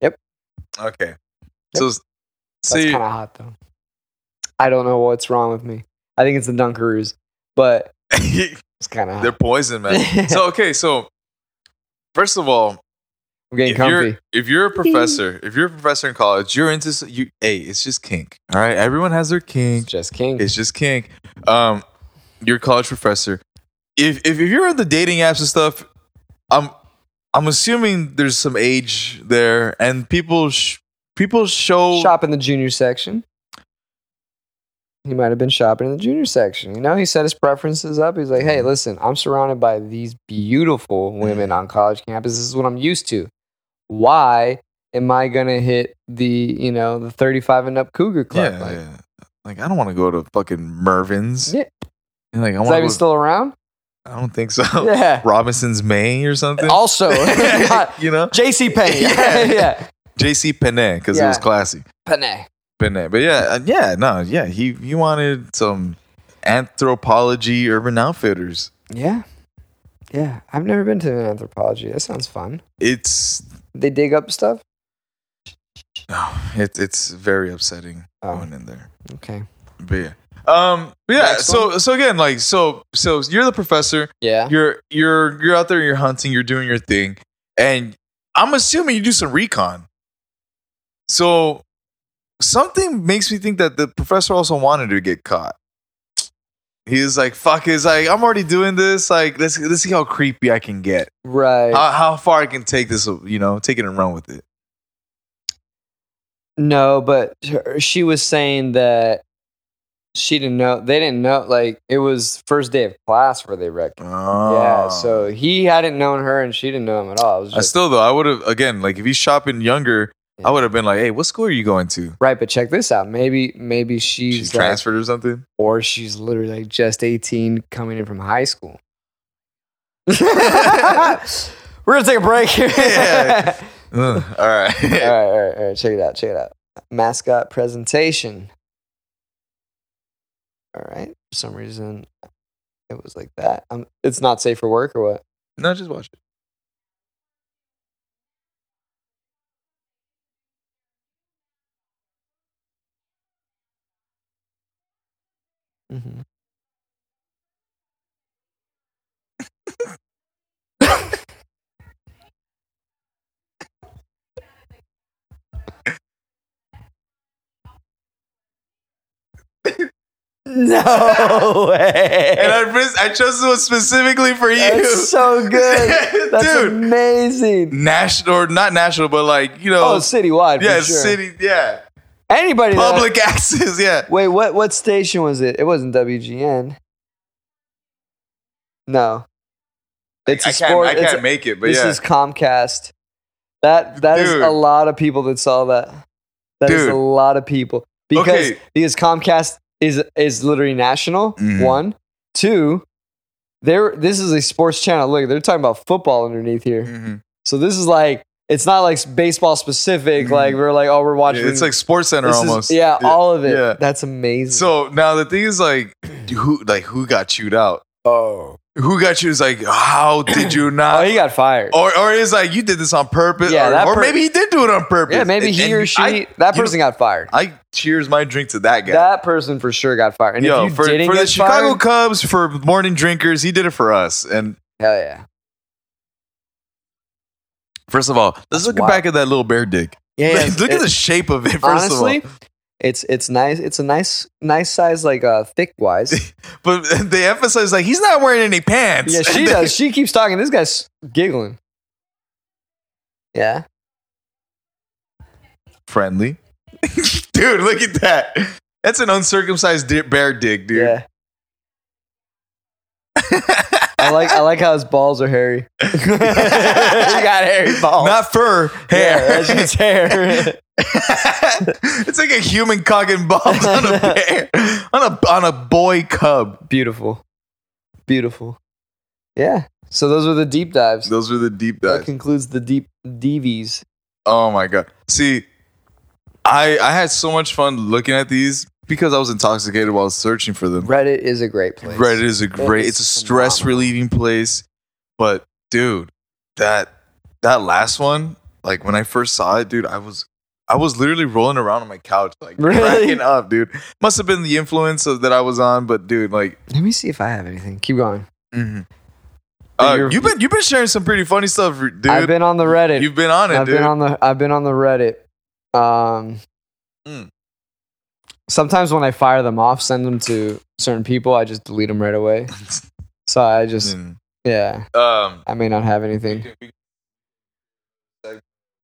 Speaker 1: Yep.
Speaker 2: okay so
Speaker 1: That's
Speaker 2: see
Speaker 1: kind of hot though. I don't know what's wrong with me. I think it's the Dunkaroos, but it's kind of
Speaker 2: they're
Speaker 1: hot.
Speaker 2: poison man so okay so first of all
Speaker 1: I'm getting
Speaker 2: if
Speaker 1: comfy.
Speaker 2: You're, if you're a professor, if you're a professor in college, you're into s- you. Hey, it's just kink. All right, everyone has their
Speaker 1: It's
Speaker 2: kink.
Speaker 1: just king.
Speaker 2: It's just kink. Um, you're a college professor. If if, if you're on the dating apps and stuff, I'm I'm assuming there's some age there, and people sh- people show
Speaker 1: Shop in the junior section. He might have been shopping in the junior section. You know, he set his preferences up. He's like, hey, listen, I'm surrounded by these beautiful women on college campus. This is what I'm used to. Why am I going to hit the, you know, the 35 and up cougar club?
Speaker 2: Yeah,
Speaker 1: Like,
Speaker 2: yeah. Like I don't want to go to fucking Mervin's.
Speaker 1: Yeah.
Speaker 2: And, like
Speaker 1: Is
Speaker 2: I
Speaker 1: that
Speaker 2: want
Speaker 1: even
Speaker 2: to.
Speaker 1: still around?
Speaker 2: I don't think so.
Speaker 1: Yeah.
Speaker 2: Robinson's May or something.
Speaker 1: Also, God,
Speaker 2: you know,
Speaker 1: JC Penney.
Speaker 2: Yeah.
Speaker 1: yeah.
Speaker 2: J.C. Penney because it was
Speaker 1: Yeah.
Speaker 2: classy.
Speaker 1: Penney.
Speaker 2: Been there. But yeah, uh, yeah, no, yeah. He he wanted some anthropology urban outfitters.
Speaker 1: Yeah. Yeah. I've never been to an anthropology. That sounds fun.
Speaker 2: It's
Speaker 1: They dig up stuff?
Speaker 2: oh, it, it's very upsetting
Speaker 1: Oh,
Speaker 2: going in there.
Speaker 1: okay.
Speaker 2: But yeah. Um but yeah,
Speaker 1: Next
Speaker 2: so so again, like so so you're the professor,
Speaker 1: Yeah.
Speaker 2: you're you're you're out there, you're hunting, you're doing your thing, and I'm assuming you do some recon. So something makes me think that the professor also wanted to get caught. He was like, "Fuck!" Is like, I'm already doing this. Like, let's let's see how creepy I can get,
Speaker 1: Right.
Speaker 2: how, how far I can take this. You know, take it and run with it.
Speaker 1: no, but her- she was saying that she didn't know. They didn't know. Like, it was first day of class where they wrecked.
Speaker 2: Oh.
Speaker 1: Yeah. So he hadn't known her and she didn't know him at all. It was
Speaker 2: I
Speaker 1: just,
Speaker 2: still though, I would have again, like, if he's shopping younger, I would have been like, "Hey, what school are you going to?"
Speaker 1: right. But check this out. Maybe, maybe
Speaker 2: She
Speaker 1: she's like,
Speaker 2: transferred or something.
Speaker 1: or she's literally like just 18 coming in from high school. We're gonna take a break.
Speaker 2: Yeah. Ugh, all
Speaker 1: all, right, all right, all right. Check it out. Check it out. Mascot presentation. All right. For some reason, it was like that. Um it's not safe for work or what?
Speaker 2: No, just watch it.
Speaker 1: Mm-hmm. no way.
Speaker 2: And I, pres- I chose this one specifically for you.
Speaker 1: That's so good. That's
Speaker 2: Dude.
Speaker 1: amazing.
Speaker 2: national or not national, but like you know,
Speaker 1: Oh, citywide.
Speaker 2: yeah,
Speaker 1: for sure.
Speaker 2: city, yeah,
Speaker 1: Anybody that-
Speaker 2: public access, yeah.
Speaker 1: Wait, what what station was it? It wasn't WGN. No. It's a
Speaker 2: I can't,
Speaker 1: sport.
Speaker 2: I
Speaker 1: it's
Speaker 2: can't
Speaker 1: a-
Speaker 2: make it, but
Speaker 1: this
Speaker 2: yeah,
Speaker 1: is Comcast. That that is
Speaker 2: Dude.
Speaker 1: a lot of people that saw that. That is
Speaker 2: Dude.
Speaker 1: a lot of people because
Speaker 2: Okay. Mm-hmm.
Speaker 1: because Comcast is is literally national.
Speaker 2: Mhm.
Speaker 1: One, two. They're this is a sports channel. Look, they're talking about football underneath here.
Speaker 2: Mhm.
Speaker 1: So this is like it's not like baseball specific.
Speaker 2: Mhm.
Speaker 1: Like we're like, oh, we're watching.
Speaker 2: It's like Sports Center
Speaker 1: This is-
Speaker 2: almost.
Speaker 1: yeah, all of it.
Speaker 2: Yeah.
Speaker 1: That's amazing.
Speaker 2: So now the thing is like who like who got chewed out?
Speaker 1: oh,
Speaker 2: Who got you is like how did you
Speaker 1: oh,
Speaker 2: not?
Speaker 1: he got fired.
Speaker 2: or or it's like you did this on purpose.
Speaker 1: Yeah, that
Speaker 2: or, or
Speaker 1: per-
Speaker 2: maybe he did do it on purpose.
Speaker 1: yeah, maybe he
Speaker 2: And-
Speaker 1: or
Speaker 2: and
Speaker 1: she.
Speaker 2: I,
Speaker 1: that
Speaker 2: you-
Speaker 1: person got fired.
Speaker 2: I cheers my drink to that guy.
Speaker 1: That person for sure got fired. And
Speaker 2: Yo,
Speaker 1: if you
Speaker 2: for,
Speaker 1: didn't
Speaker 2: for the
Speaker 1: get
Speaker 2: Chicago
Speaker 1: fired,
Speaker 2: Cubs, for morning drinkers, he did it for us. And
Speaker 1: hell yeah,
Speaker 2: first of all, let's look
Speaker 1: wild.
Speaker 2: back at that little bear dick.
Speaker 1: yeah.
Speaker 2: look at the shape of it. First
Speaker 1: honestly,
Speaker 2: of all,
Speaker 1: it's it's nice. It's a nice nice size, like uh, thick wise.
Speaker 2: but they emphasize like he's not wearing any pants.
Speaker 1: yeah, she
Speaker 2: And
Speaker 1: does. She keeps talking. This guy's giggling. Yeah,
Speaker 2: friendly. dude, look at that. That's an uncircumcised di- bear dick, dude.
Speaker 1: yeah. I like I like how his balls are hairy. he got hairy balls.
Speaker 2: Not fur,
Speaker 1: Yeah, that's
Speaker 2: hair.
Speaker 1: just hair.
Speaker 2: it's like a human cock and balls on a bear, on a on a boy cub.
Speaker 1: Beautiful. Beautiful. Yeah. So those are the deep dives.
Speaker 2: Those were the deep
Speaker 1: That
Speaker 2: dives.
Speaker 1: concludes the deep DVs.
Speaker 2: Oh my god! See, I I had so much fun looking at these because I was intoxicated while searching for them.
Speaker 1: Reddit is a great place.
Speaker 2: Reddit is a great,
Speaker 1: is
Speaker 2: it's a stress
Speaker 1: phenomenal.
Speaker 2: relieving place. But dude, that that last one, like when I first saw it, dude, I was I was literally rolling around on my couch, like
Speaker 1: Really?
Speaker 2: cracking up, dude. Must have been the influence of, that I was on, but dude, like
Speaker 1: Let me see if I have anything. Keep going.
Speaker 2: uh,
Speaker 1: Mm-hmm. You're-
Speaker 2: you've been you've been sharing some pretty funny stuff, dude.
Speaker 1: I've been on the Reddit.
Speaker 2: you've been on it,
Speaker 1: I've
Speaker 2: dude.
Speaker 1: been on the I've been on the Reddit. Um
Speaker 2: Mm.
Speaker 1: Sometimes when I fire them off, send them to certain people, I just delete them right away. So I just
Speaker 2: Mm.
Speaker 1: yeah,
Speaker 2: um,
Speaker 1: I may not have anything.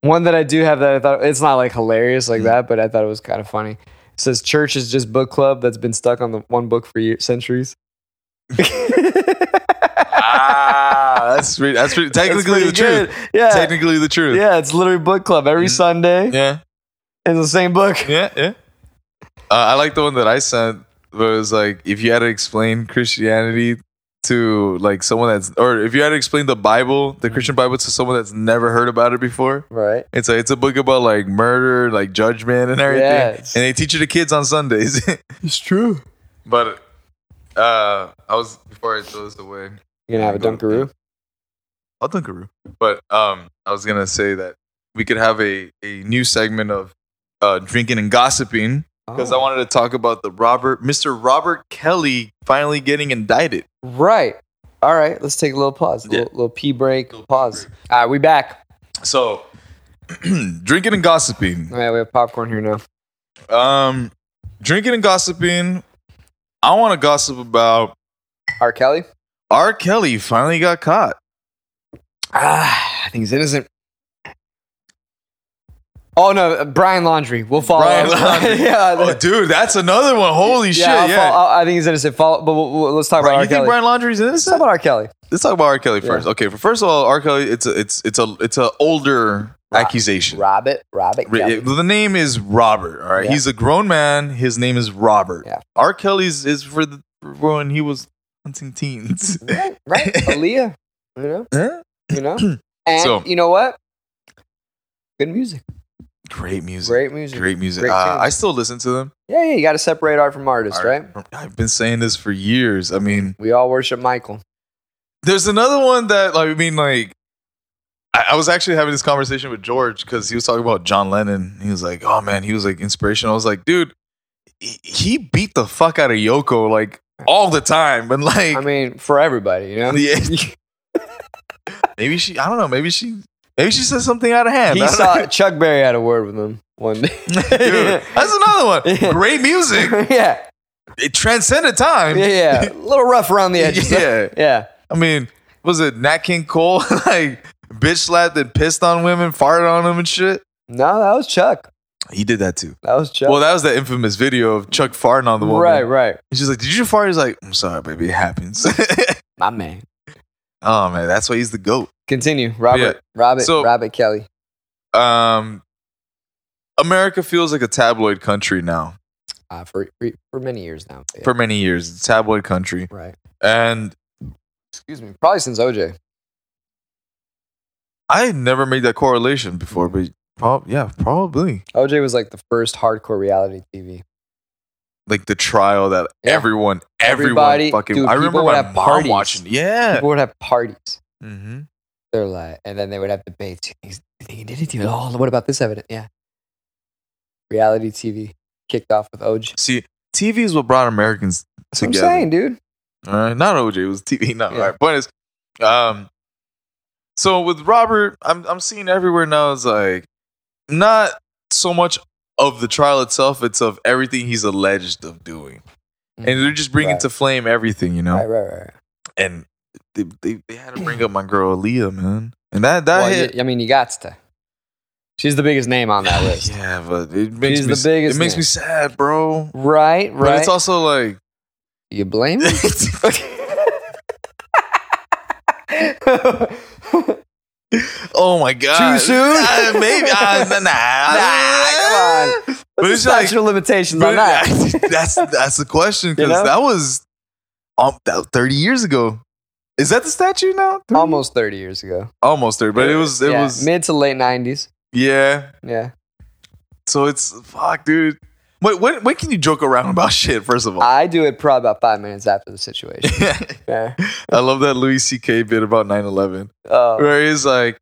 Speaker 1: One that I do have that I thought it's not like hilarious like
Speaker 2: Mhm.
Speaker 1: that, but I thought it was kind of funny. It says church is just book club that's been stuck on the one book for years, centuries.
Speaker 2: ah, that's re- that's re- technically the
Speaker 1: That's pretty
Speaker 2: truth.
Speaker 1: good. Yeah.
Speaker 2: Technically the truth.
Speaker 1: yeah, it's literally book club every
Speaker 2: Mhm.
Speaker 1: Sunday.
Speaker 2: yeah,
Speaker 1: It's the same book.
Speaker 2: yeah. yeah. Uh, I like the one that I sent. Where it was like, if you had to explain Christianity to like someone that's, or if you had to explain the Bible,
Speaker 1: Mm-hmm.
Speaker 2: the Christian Bible, to someone that's never heard about it before,
Speaker 1: Right.
Speaker 2: it's like it's a book about like murder, like judgment, and everything.
Speaker 1: Yeah, it's-
Speaker 2: And they teach it to kids on Sundays.
Speaker 1: It's true.
Speaker 2: but uh, I was before I throw this away.
Speaker 1: You're gonna have a Dunkaroo.
Speaker 2: I'll Dunkaroo. But um, I was gonna say that we could have a, a new segment of uh, drinking and gossiping
Speaker 1: Oh.
Speaker 2: because I wanted to talk about the Robert, Mr. Robert Kelly, finally getting indicted.
Speaker 1: Right. All right. Let's take a little pause.
Speaker 2: Yeah.
Speaker 1: Little, little pee break. pause. All right. We back.
Speaker 2: So, drinking and gossiping.
Speaker 1: All right. We have popcorn here now.
Speaker 2: Um, drinking and gossiping. I want to gossip about
Speaker 1: R. Kelly.
Speaker 2: R. Kelly finally got caught.
Speaker 1: Ah, I think he's innocent. Oh no, uh, Brian Laundry. We'll follow.
Speaker 2: Brian
Speaker 1: up.
Speaker 2: Laundry.
Speaker 1: yeah.
Speaker 2: Oh, dude, that's another one. Holy shit!
Speaker 1: I'll
Speaker 2: yeah.
Speaker 1: follow- I I think he's innocent. Follow, but we'll, we'll- let's talk
Speaker 2: Brian,
Speaker 1: about
Speaker 2: you
Speaker 1: R.
Speaker 2: think
Speaker 1: Kelly.
Speaker 2: Brian Laundry's
Speaker 1: let's talk
Speaker 2: innocent?
Speaker 1: about R. Kelly.
Speaker 2: Let's talk about R. Kelly first.
Speaker 1: Yeah.
Speaker 2: Okay, for first of all, R. Kelly, it's a it's it's a it's a older
Speaker 1: Right.
Speaker 2: accusation.
Speaker 1: Robert. Robert.
Speaker 2: Re-
Speaker 1: Kelly.
Speaker 2: it- The name is Robert. All right,
Speaker 1: Yeah.
Speaker 2: he's a grown man. His name is Robert.
Speaker 1: Yeah.
Speaker 2: R. Kelly's is for the for when he was hunting teens.
Speaker 1: Right. Right. Aaliyah. You know.
Speaker 2: Huh?
Speaker 1: You know. And
Speaker 2: So-
Speaker 1: you know what? Good music.
Speaker 2: Great music.
Speaker 1: Great music.
Speaker 2: Great music.
Speaker 1: Great
Speaker 2: uh,
Speaker 1: tunes.
Speaker 2: I still listen to them.
Speaker 1: Yeah, yeah. You got to separate art from artist,
Speaker 2: All
Speaker 1: right?
Speaker 2: I've been saying this for years. I mean,
Speaker 1: We all worship Michael.
Speaker 2: There's another one that like, I mean, like I, I was actually having this conversation with George because he was talking about John Lennon. He was like, "Oh man, he was like inspirational." I was like, "Dude, he, he beat the fuck out of Yoko like all the time." And like,
Speaker 1: I mean, for everybody, you know.
Speaker 2: yeah, maybe she. I don't know. Maybe she. Maybe she said something out of hand.
Speaker 1: He
Speaker 2: I don't
Speaker 1: saw
Speaker 2: know.
Speaker 1: Chuck Berry had a word with him one day.
Speaker 2: Dude, that's another one. Great music.
Speaker 1: yeah,
Speaker 2: It transcended time.
Speaker 1: yeah, yeah. uh, A little rough around the edges.
Speaker 2: yeah.
Speaker 1: yeah.
Speaker 2: I mean, was it Nat King Cole like bitch slapped and pissed on women, farted on them and shit?
Speaker 1: No, that was Chuck.
Speaker 2: He did that too.
Speaker 1: That was Chuck.
Speaker 2: Well, that was that infamous video of Chuck farting on the woman.
Speaker 1: right, right.
Speaker 2: And she's like, "Did you fart?" He's like, "I'm sorry, baby. It happens."
Speaker 1: My man.
Speaker 2: oh man, that's why he's the goat.
Speaker 1: Continue, Robert. Robert.
Speaker 2: So-
Speaker 1: Robert Kelly.
Speaker 2: Um, America feels like a tabloid country now.
Speaker 1: Uh, for, for for many years now. Yeah,
Speaker 2: For many years, it's a tabloid country,
Speaker 1: right.
Speaker 2: and
Speaker 1: Excuse me. Probably since OJ.
Speaker 2: I never made that correlation before, but prob- yeah, probably
Speaker 1: OJ was like the first hardcore reality TV.
Speaker 2: like the trial that
Speaker 1: Yeah.
Speaker 2: everyone, everyone
Speaker 1: Everybody-
Speaker 2: fucking.
Speaker 1: dude,
Speaker 2: I
Speaker 1: people
Speaker 2: remember
Speaker 1: would
Speaker 2: my
Speaker 1: have
Speaker 2: mom
Speaker 1: parties.
Speaker 2: watching. Yeah.
Speaker 1: People would have parties.
Speaker 2: hmm
Speaker 1: They're like, and then they would have debates. He's, he did it. Oh, what about this evidence? Yeah. Reality TV kicked off with OJ.
Speaker 2: See, TV is what brought Americans
Speaker 1: That's what I'm
Speaker 2: together.
Speaker 1: saying, dude.
Speaker 2: All right, not OJ. It was TV. No,
Speaker 1: Yeah.
Speaker 2: all right. Point is, um, so with Robert, I'm I'm seeing everywhere now is like not so much of the trial itself; it's of everything he's alleged of doing, and they're just bringing
Speaker 1: Right.
Speaker 2: to flame everything, you know.
Speaker 1: Right, right, right.
Speaker 2: And they, they they had to bring up my girl Aaliyah, man, and that that
Speaker 1: Well,
Speaker 2: hit.
Speaker 1: y- I mean, you got to. She's the biggest name on that list.
Speaker 2: yeah, but it makes
Speaker 1: She's
Speaker 2: me
Speaker 1: the
Speaker 2: s-
Speaker 1: biggest
Speaker 2: It makes me
Speaker 1: name.
Speaker 2: sad, bro.
Speaker 1: Right, right.
Speaker 2: But it's also like
Speaker 1: you blame her?
Speaker 2: Oh my god!
Speaker 1: Too soon?
Speaker 2: Uh, maybe uh, nah, nah.
Speaker 1: Nah, but it's like your limitations on that.
Speaker 2: uh, that's that's the question because
Speaker 1: You know?
Speaker 2: that was um, that, thirty years ago. Is that the statue now? 30?
Speaker 1: Almost 30 years ago.
Speaker 2: almost thirty, but it was it
Speaker 1: Um, Yeah,
Speaker 2: was
Speaker 1: mid to late 90s.
Speaker 2: yeah.
Speaker 1: Yeah.
Speaker 2: So it's fuck, dude. Wait, when when can you joke around about shit? First of all,
Speaker 1: I do it probably about five minutes after the situation. yeah.
Speaker 2: I love that Louis C.K. bit about 9-11,
Speaker 1: Uh,
Speaker 2: where he's like,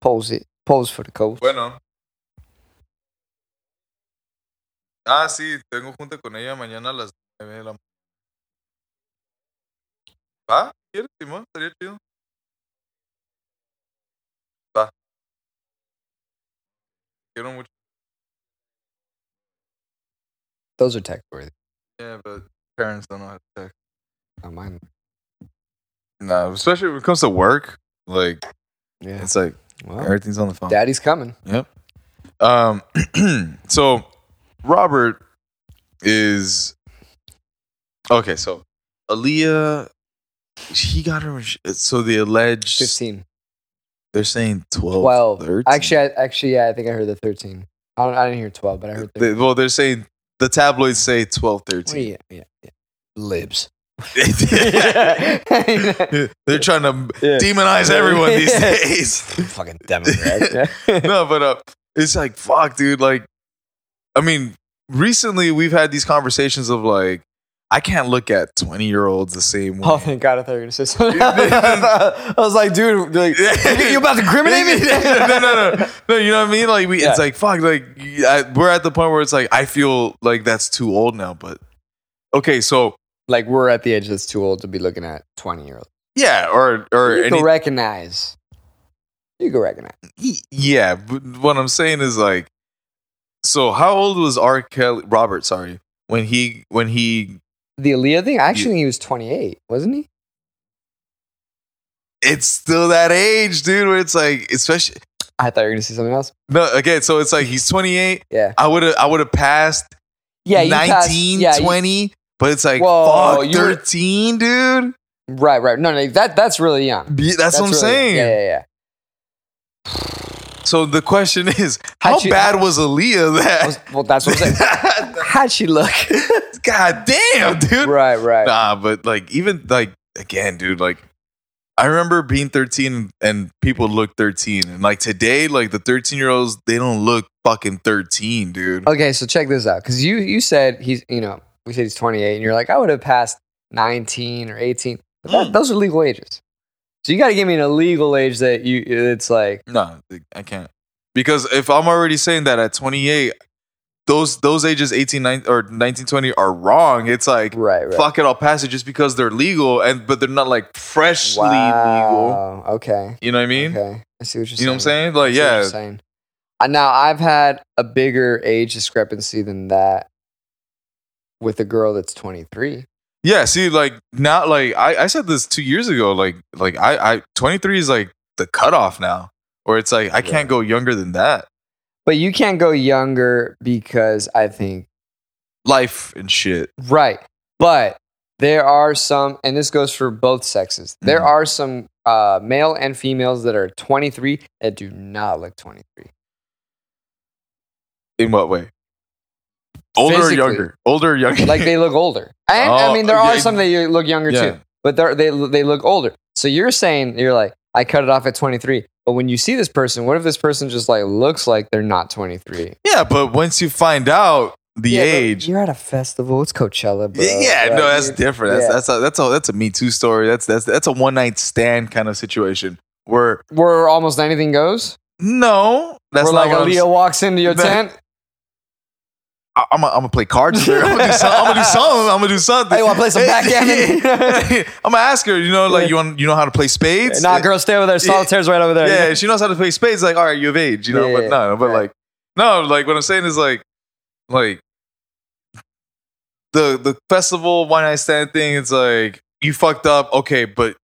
Speaker 1: Pose it. Pose for the coach.
Speaker 2: Bueno. Ah, sí, tengo junta con ella mañana a las 9 de la mañana. ¿Va? ¿Quieres, Simón? Estaría chido. Va. Quiero mucho.
Speaker 1: Those are tech worthy.
Speaker 2: Yeah, but parents don't know how to text.
Speaker 1: Not mine.
Speaker 2: No, especially when it comes to work. Like,
Speaker 1: Yeah.
Speaker 2: it's like
Speaker 1: Well,
Speaker 2: everything's on the phone.
Speaker 1: daddy's coming.
Speaker 2: Um, so Robert is okay. So Aaliyah, he got her. when she- So the alleged,
Speaker 1: 15.
Speaker 2: they're saying 12,
Speaker 1: 12.
Speaker 2: 13.
Speaker 1: Actually, I, actually, yeah, I think I heard the 13. I, don't, I didn't hear 12, but I heard 13.
Speaker 2: They- well, they're saying the tabloids say 12, 13.
Speaker 1: Yeah, yeah, yeah. Libs.
Speaker 2: they're trying to
Speaker 1: Yeah.
Speaker 2: demonize everyone these
Speaker 1: Yeah.
Speaker 2: days.
Speaker 1: Fucking Democrat. Yeah.
Speaker 2: no, but uh, it's like fuck, dude. Like, I mean, recently we've had these conversations of like, I can't look at twenty year olds the same way.
Speaker 1: oh, thank God I thought you were going to say something. I was like, dude, like, you about to incriminate me?
Speaker 2: no, no, no, no, no. You know what I mean? Like, we,
Speaker 1: Yeah.
Speaker 2: it's like fuck. Like, you- I, we're at the point where it's like I feel like that's too old now. But okay, so
Speaker 1: Like, we're at the age that's too old to be looking at 20 year olds.
Speaker 2: yeah, or or
Speaker 1: You
Speaker 2: any,
Speaker 1: can recognize. You can recognize.
Speaker 2: yeah. But what I'm saying is like, so how old was R. Kelly Robert? Sorry, when he when he
Speaker 1: The Aaliyah thing, I actually think he was 28, wasn't he?
Speaker 2: it's still that age, dude, where it's like, especially
Speaker 1: I thought you were going to say something else.
Speaker 2: no, again, so it's like he's 28.
Speaker 1: Yeah.
Speaker 2: I would have I would have passed
Speaker 1: Yeah, you
Speaker 2: 19,
Speaker 1: passed- yeah, you-
Speaker 2: 20, but it's like
Speaker 1: Whoa,
Speaker 2: fuck
Speaker 1: you were-
Speaker 2: 13, dude.
Speaker 1: right, right. No, no, that, that's really young.
Speaker 2: Be- That's, what I'm
Speaker 1: really young.
Speaker 2: saying.
Speaker 1: Yeah, yeah, yeah.
Speaker 2: So the question is,
Speaker 1: How'd
Speaker 2: how
Speaker 1: you-
Speaker 2: bad was Aaliyah
Speaker 1: I
Speaker 2: that?
Speaker 1: was- well, that's what I'm saying. How'd she look?
Speaker 2: God damn, dude.
Speaker 1: right, right.
Speaker 2: Nah, but like even like again, dude, like I remember being 13 and people looked 13. And like today, like the 13 year olds, they don't look fucking 13, dude.
Speaker 1: Okay, so check this out. Because you you said he's you know we said he's 28, and you're like I would have passed 19 or 18. But that,
Speaker 2: Mm.
Speaker 1: those are legal ages. So you got to give me an illegal age that you it's like
Speaker 2: No, like, I can't. Because if I'm already saying that at 28, those those ages 18, 19, or 19, 20 are wrong. It's like
Speaker 1: right right.
Speaker 2: fuck it, I'll pass it just because they're legal and but they're not like freshly legal.
Speaker 1: wow. Okay.
Speaker 2: You know what I mean?
Speaker 1: Okay. I see what you're saying.
Speaker 2: You know what I'm saying? Like
Speaker 1: I see what you're
Speaker 2: Oh, yeah,
Speaker 1: saying. Uh, Now I've had a bigger age discrepancy than that with a girl that's 23.
Speaker 2: yeah. See, like now, like I, I said this two years ago. Like like I I 23 is like the cutoff now, where it's like I
Speaker 1: Right.
Speaker 2: can't go younger than that.
Speaker 1: But you can't go younger because I think
Speaker 2: Life and shit.
Speaker 1: Right. But there are some, and this goes for both sexes. There
Speaker 2: Mhm.
Speaker 1: are some uh, male and females that are 23 that do not look 23.
Speaker 2: In what way? Older
Speaker 1: Physically.
Speaker 2: or younger? Older or younger?
Speaker 1: like they look older. And, I
Speaker 2: Oh,
Speaker 1: mean, there are
Speaker 2: yeah.
Speaker 1: some that you look younger
Speaker 2: Yeah.
Speaker 1: too, but they're- they they look older. So you're saying you're like, I cut it off at 23. But when you see this person, what if this person just like looks like they're not 23?
Speaker 2: yeah, but once you find out the
Speaker 1: Yeah, but
Speaker 2: age,
Speaker 1: You're at a festival. It's Coachella, bro.
Speaker 2: yeah,
Speaker 1: Like,
Speaker 2: no, that's
Speaker 1: you're-
Speaker 2: different. That's
Speaker 1: yeah.
Speaker 2: that's a, that's a that's a Me Too story. That's that's that's a one night stand kind of situation where
Speaker 1: where almost anything goes.
Speaker 2: no, that's
Speaker 1: where
Speaker 2: not
Speaker 1: like
Speaker 2: what I'm
Speaker 1: Aaliyah walks into your
Speaker 2: That-
Speaker 1: tent.
Speaker 2: I- I'm gonna I'm gonna play cards with her. I'm gonna do some- I'm gonna do something. I'm gonna do something.
Speaker 1: Hey, wanna play some backgammon?
Speaker 2: I'm gonna ask her. You know, like
Speaker 1: Yeah.
Speaker 2: you want you know how to play spades?
Speaker 1: Nah, girl, stay over there. Solitaire's right over there.
Speaker 2: Yeah, she knows how to play spades. Like, all right, you have age. You know,
Speaker 1: Yeah,
Speaker 2: but
Speaker 1: yeah,
Speaker 2: no, but
Speaker 1: right.
Speaker 2: like, no, like what I'm saying is like, like the the festival one night stand thing. It's like you fucked up. Okay, but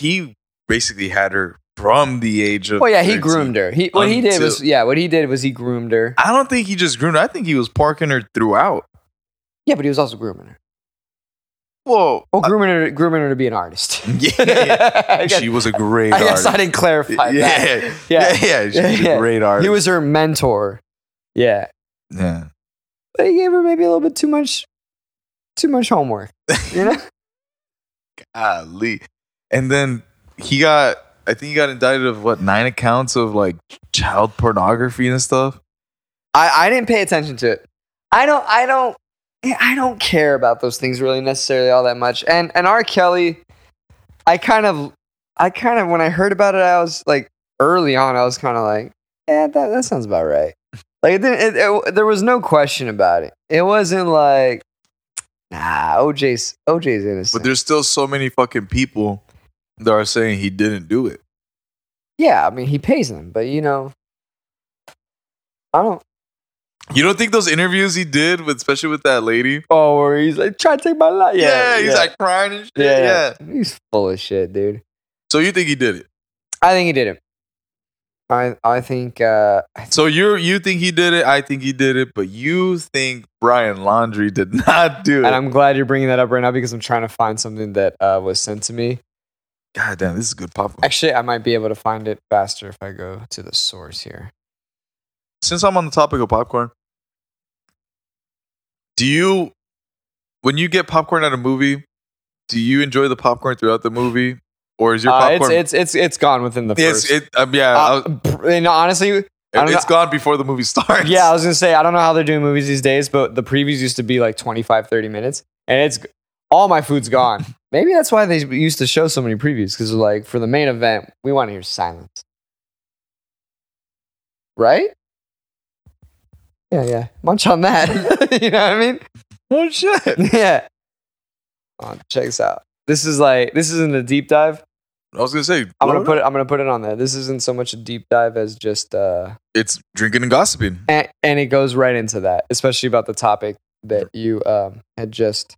Speaker 2: he basically had her from the age of.
Speaker 1: Well, Oh, yeah, he
Speaker 2: 13.
Speaker 1: groomed her. He what he did was yeah, what he did was he groomed her.
Speaker 2: I don't think he just groomed. her. I think he was parking her throughout.
Speaker 1: Yeah, but he was also grooming her.
Speaker 2: Whoa.
Speaker 1: Oh, grooming her, grooming her to be an artist.
Speaker 2: Uh, Yeah,
Speaker 1: I guess-
Speaker 2: she was a great
Speaker 1: I guess
Speaker 2: artist.
Speaker 1: I didn't clarify that.
Speaker 2: yeah, yeah, yeah, She was
Speaker 1: Yeah.
Speaker 2: a great artist.
Speaker 1: He was her mentor. Yeah.
Speaker 2: yeah.
Speaker 1: But he gave her maybe a little bit too much too much homework. You know?
Speaker 2: Golly. And then he got, I think he got indicted of what, nine accounts of like child pornography and stuff.
Speaker 1: I, I didn't pay attention to it. I don't I don't I don't care about those things really necessarily all that much. And and R. Kelly, I kind of I kind of when I heard about it, I was like early on, I was kind of like, yeah, that, that sounds about right. Like it didn't, it, it, there was no question about it. It wasn't like nah, OJ's OJ's
Speaker 2: But
Speaker 1: innocent.
Speaker 2: there's still so many fucking people that are saying he didn't do it.
Speaker 1: Yeah, I mean he pays them, but you know, I don't.
Speaker 2: You don't think those interviews he did, with, especially with that lady?
Speaker 1: Oh, where he's like trying to take my life. Yeah,
Speaker 2: he's
Speaker 1: yeah.
Speaker 2: like crying and shit. Yeah,
Speaker 1: yeah, yeah, he's full of shit, dude.
Speaker 2: So you think he did it?
Speaker 1: I think he did it. I I think uh, I
Speaker 2: So you you think he did it? I think he did it, but you think Brian Laundry did not do it?
Speaker 1: And I'm glad you're bringing that up right now because I'm trying to find something that uh, was sent to me.
Speaker 2: God damn, this is good popcorn.
Speaker 1: Actually, I might be able to find it faster if I go to the source here.
Speaker 2: since I'm on the topic of popcorn, do you, when you get popcorn at a movie, do you enjoy the popcorn throughout the movie, or is your
Speaker 1: Uh,
Speaker 2: popcorn?
Speaker 1: it's it's it's it's gone within the
Speaker 2: It's-
Speaker 1: first.
Speaker 2: it, um, yeah, I was-
Speaker 1: Uh, pr- and honestly, I don't
Speaker 2: it's
Speaker 1: know-
Speaker 2: gone before the movie starts.
Speaker 1: yeah, I was gonna say I don't know how they're doing movies these days, but the previews used to be like 25, 30 minutes, and it's all my food's gone. Maybe that's why they used to show so many previews because like for the main event, we want to hear silence, right? Yeah, yeah. Munch on that. you know what I mean?
Speaker 2: oh shit.
Speaker 1: Yeah. Oh, check this out. This is like this isn't a deep dive.
Speaker 2: I was gonna say
Speaker 1: I'm gonna put it. I'm gonna put it on there. This isn't so much a deep dive as just uh,
Speaker 2: it's drinking and gossiping.
Speaker 1: and, and it goes right into that, especially about the topic that you um, had just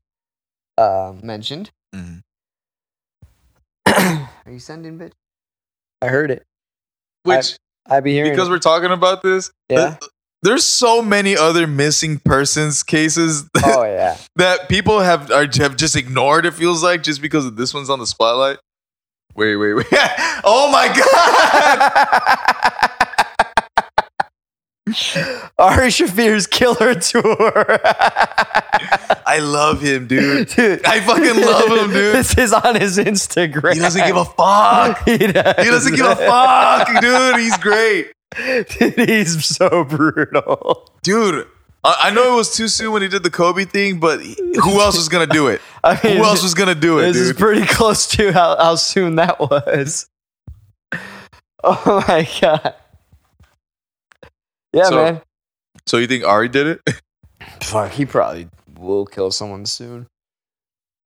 Speaker 1: uh, mentioned.
Speaker 2: Mhm.
Speaker 1: Are you sending, bitch? I heard it.
Speaker 2: Which
Speaker 1: I be hearing.
Speaker 2: because
Speaker 1: it.
Speaker 2: we're talking about this,
Speaker 1: yeah.
Speaker 2: there's so many other missing persons cases
Speaker 1: oh yeah.
Speaker 2: that people have are, have just ignored. It feels like just because this one's on the spotlight. Wait, wait, wait! oh my god!
Speaker 1: Ari Shafir's killer tour.
Speaker 2: I love him, dude.
Speaker 1: Dude.
Speaker 2: I fucking love him, dude.
Speaker 1: This is on his Instagram.
Speaker 2: He doesn't give a fuck.
Speaker 1: He,
Speaker 2: He doesn't give a fuck, dude. He's great,
Speaker 1: Dude, he's so brutal.
Speaker 2: dude. I, I know it was too soon when he did the Kobe thing, but who else was gonna do it?
Speaker 1: I mean,
Speaker 2: Who else was gonna do it,
Speaker 1: this is
Speaker 2: dude?
Speaker 1: pretty close to how, how soon that was. Oh my god. Yeah,
Speaker 2: So-
Speaker 1: man.
Speaker 2: So you think Ari did it?
Speaker 1: Fuck, he probably will kill someone soon.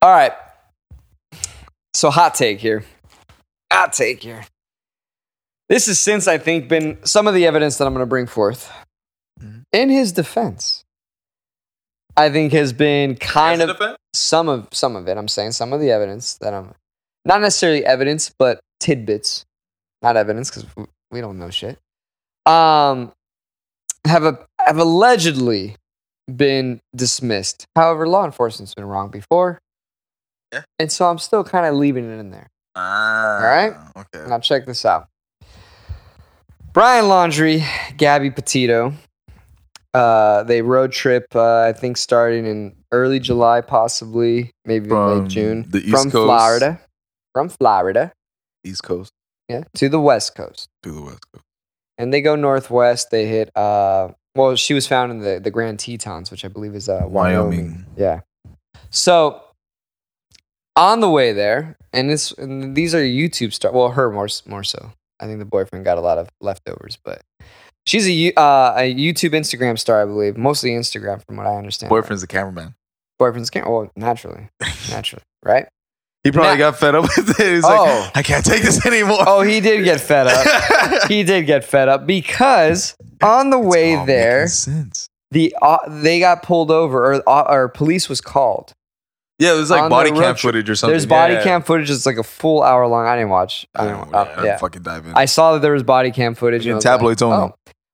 Speaker 1: All right. So hot take here. Hot take here. This has since I think been some of the evidence that I'm going to bring forth
Speaker 2: Mhm.
Speaker 1: in his defense. I think has been kind of some of some of it. I'm saying some of the evidence that I'm not necessarily evidence, but tidbits, not evidence because we don't know shit. Um, have a have allegedly been dismissed. However, law enforcement's been wrong before,
Speaker 2: Yeah.
Speaker 1: and so I'm still kind of leaving it in there.
Speaker 2: Ah,
Speaker 1: Alright.
Speaker 2: Okay.
Speaker 1: Now check this out. Brian Laundry, Gabby Petito, Uh, they road trip. Uh, I think starting in early July, possibly maybe even late June,
Speaker 2: the East
Speaker 1: from
Speaker 2: Coast,
Speaker 1: Florida, from Florida,
Speaker 2: East Coast
Speaker 1: yeah, to the West Coast.
Speaker 2: to the West Coast.
Speaker 1: and they go northwest. They hit. Uh, well, she was found in the the Grand Tetons, which I believe is uh, Wyoming.
Speaker 2: Wyoming.
Speaker 1: Yeah. So on the way there, and this and these are YouTube star. Well, her more s- more so. I think the boyfriend got a lot of leftovers, but she's a you- uh, a YouTube Instagram star, I believe, mostly Instagram, from what I understand.
Speaker 2: Boyfriend's the cameraman.
Speaker 1: boyfriend's can't. Well, naturally, naturally, right?
Speaker 2: He probably
Speaker 1: Nah.
Speaker 2: got fed up with it. He's
Speaker 1: Oh.
Speaker 2: like, I can't take this anymore.
Speaker 1: Oh, he did get fed up.
Speaker 2: It's
Speaker 1: he did get fed up because on the way
Speaker 2: all
Speaker 1: there.
Speaker 2: making Sense.
Speaker 1: the uh, they got pulled over or uh, or police was called.
Speaker 2: Yeah, there's
Speaker 1: On
Speaker 2: like body
Speaker 1: the
Speaker 2: cam
Speaker 1: road trip.
Speaker 2: footage or something.
Speaker 1: There's body
Speaker 2: yeah.
Speaker 1: cam footage. It's like a full hour long. I didn't watch. I
Speaker 2: I
Speaker 1: didn't.
Speaker 2: don't
Speaker 1: wa-
Speaker 2: know,
Speaker 1: uh,
Speaker 2: Oh, yeah.
Speaker 1: yeah,
Speaker 2: Fucking dive in.
Speaker 1: I saw that there was body cam footage.
Speaker 2: Yeah,
Speaker 1: and I was like,
Speaker 2: tabloids only.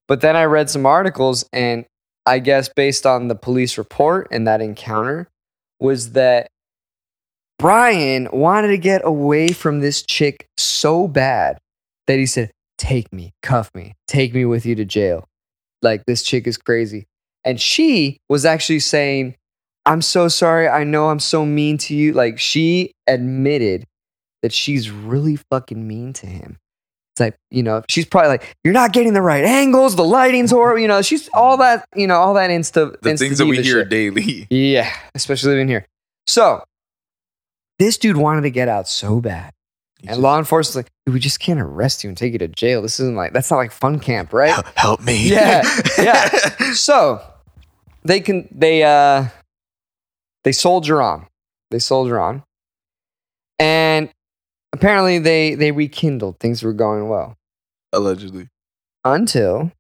Speaker 1: But then I read some articles, and I guess based on the police report and that encounter, was that Brian wanted to get away from this chick so bad that he said, Take me, cuff me, take me with you to jail. Like, this chick is crazy. And she was actually saying, I'm so sorry. I know I'm so mean to you. Like, she admitted that she's really fucking mean to him. It's like, you know, she's probably like, You're not getting the right angles. The lighting's horrible. You know, she's all that, you know, all that insta.
Speaker 2: the things that we
Speaker 1: insta-diva
Speaker 2: hear
Speaker 1: shit.
Speaker 2: daily.
Speaker 1: Yeah, especially living here. So, this dude wanted to get out so bad. And law enforcement's like, dude, we just can't arrest you and take you to jail. This isn't like, that's not like fun camp, right?
Speaker 2: Hel- Help me.
Speaker 1: Yeah, yeah. so, they can, they, uh, they soldier on. They soldier on. And apparently they, they rekindled. Things were going well
Speaker 2: Allegedly.
Speaker 1: until,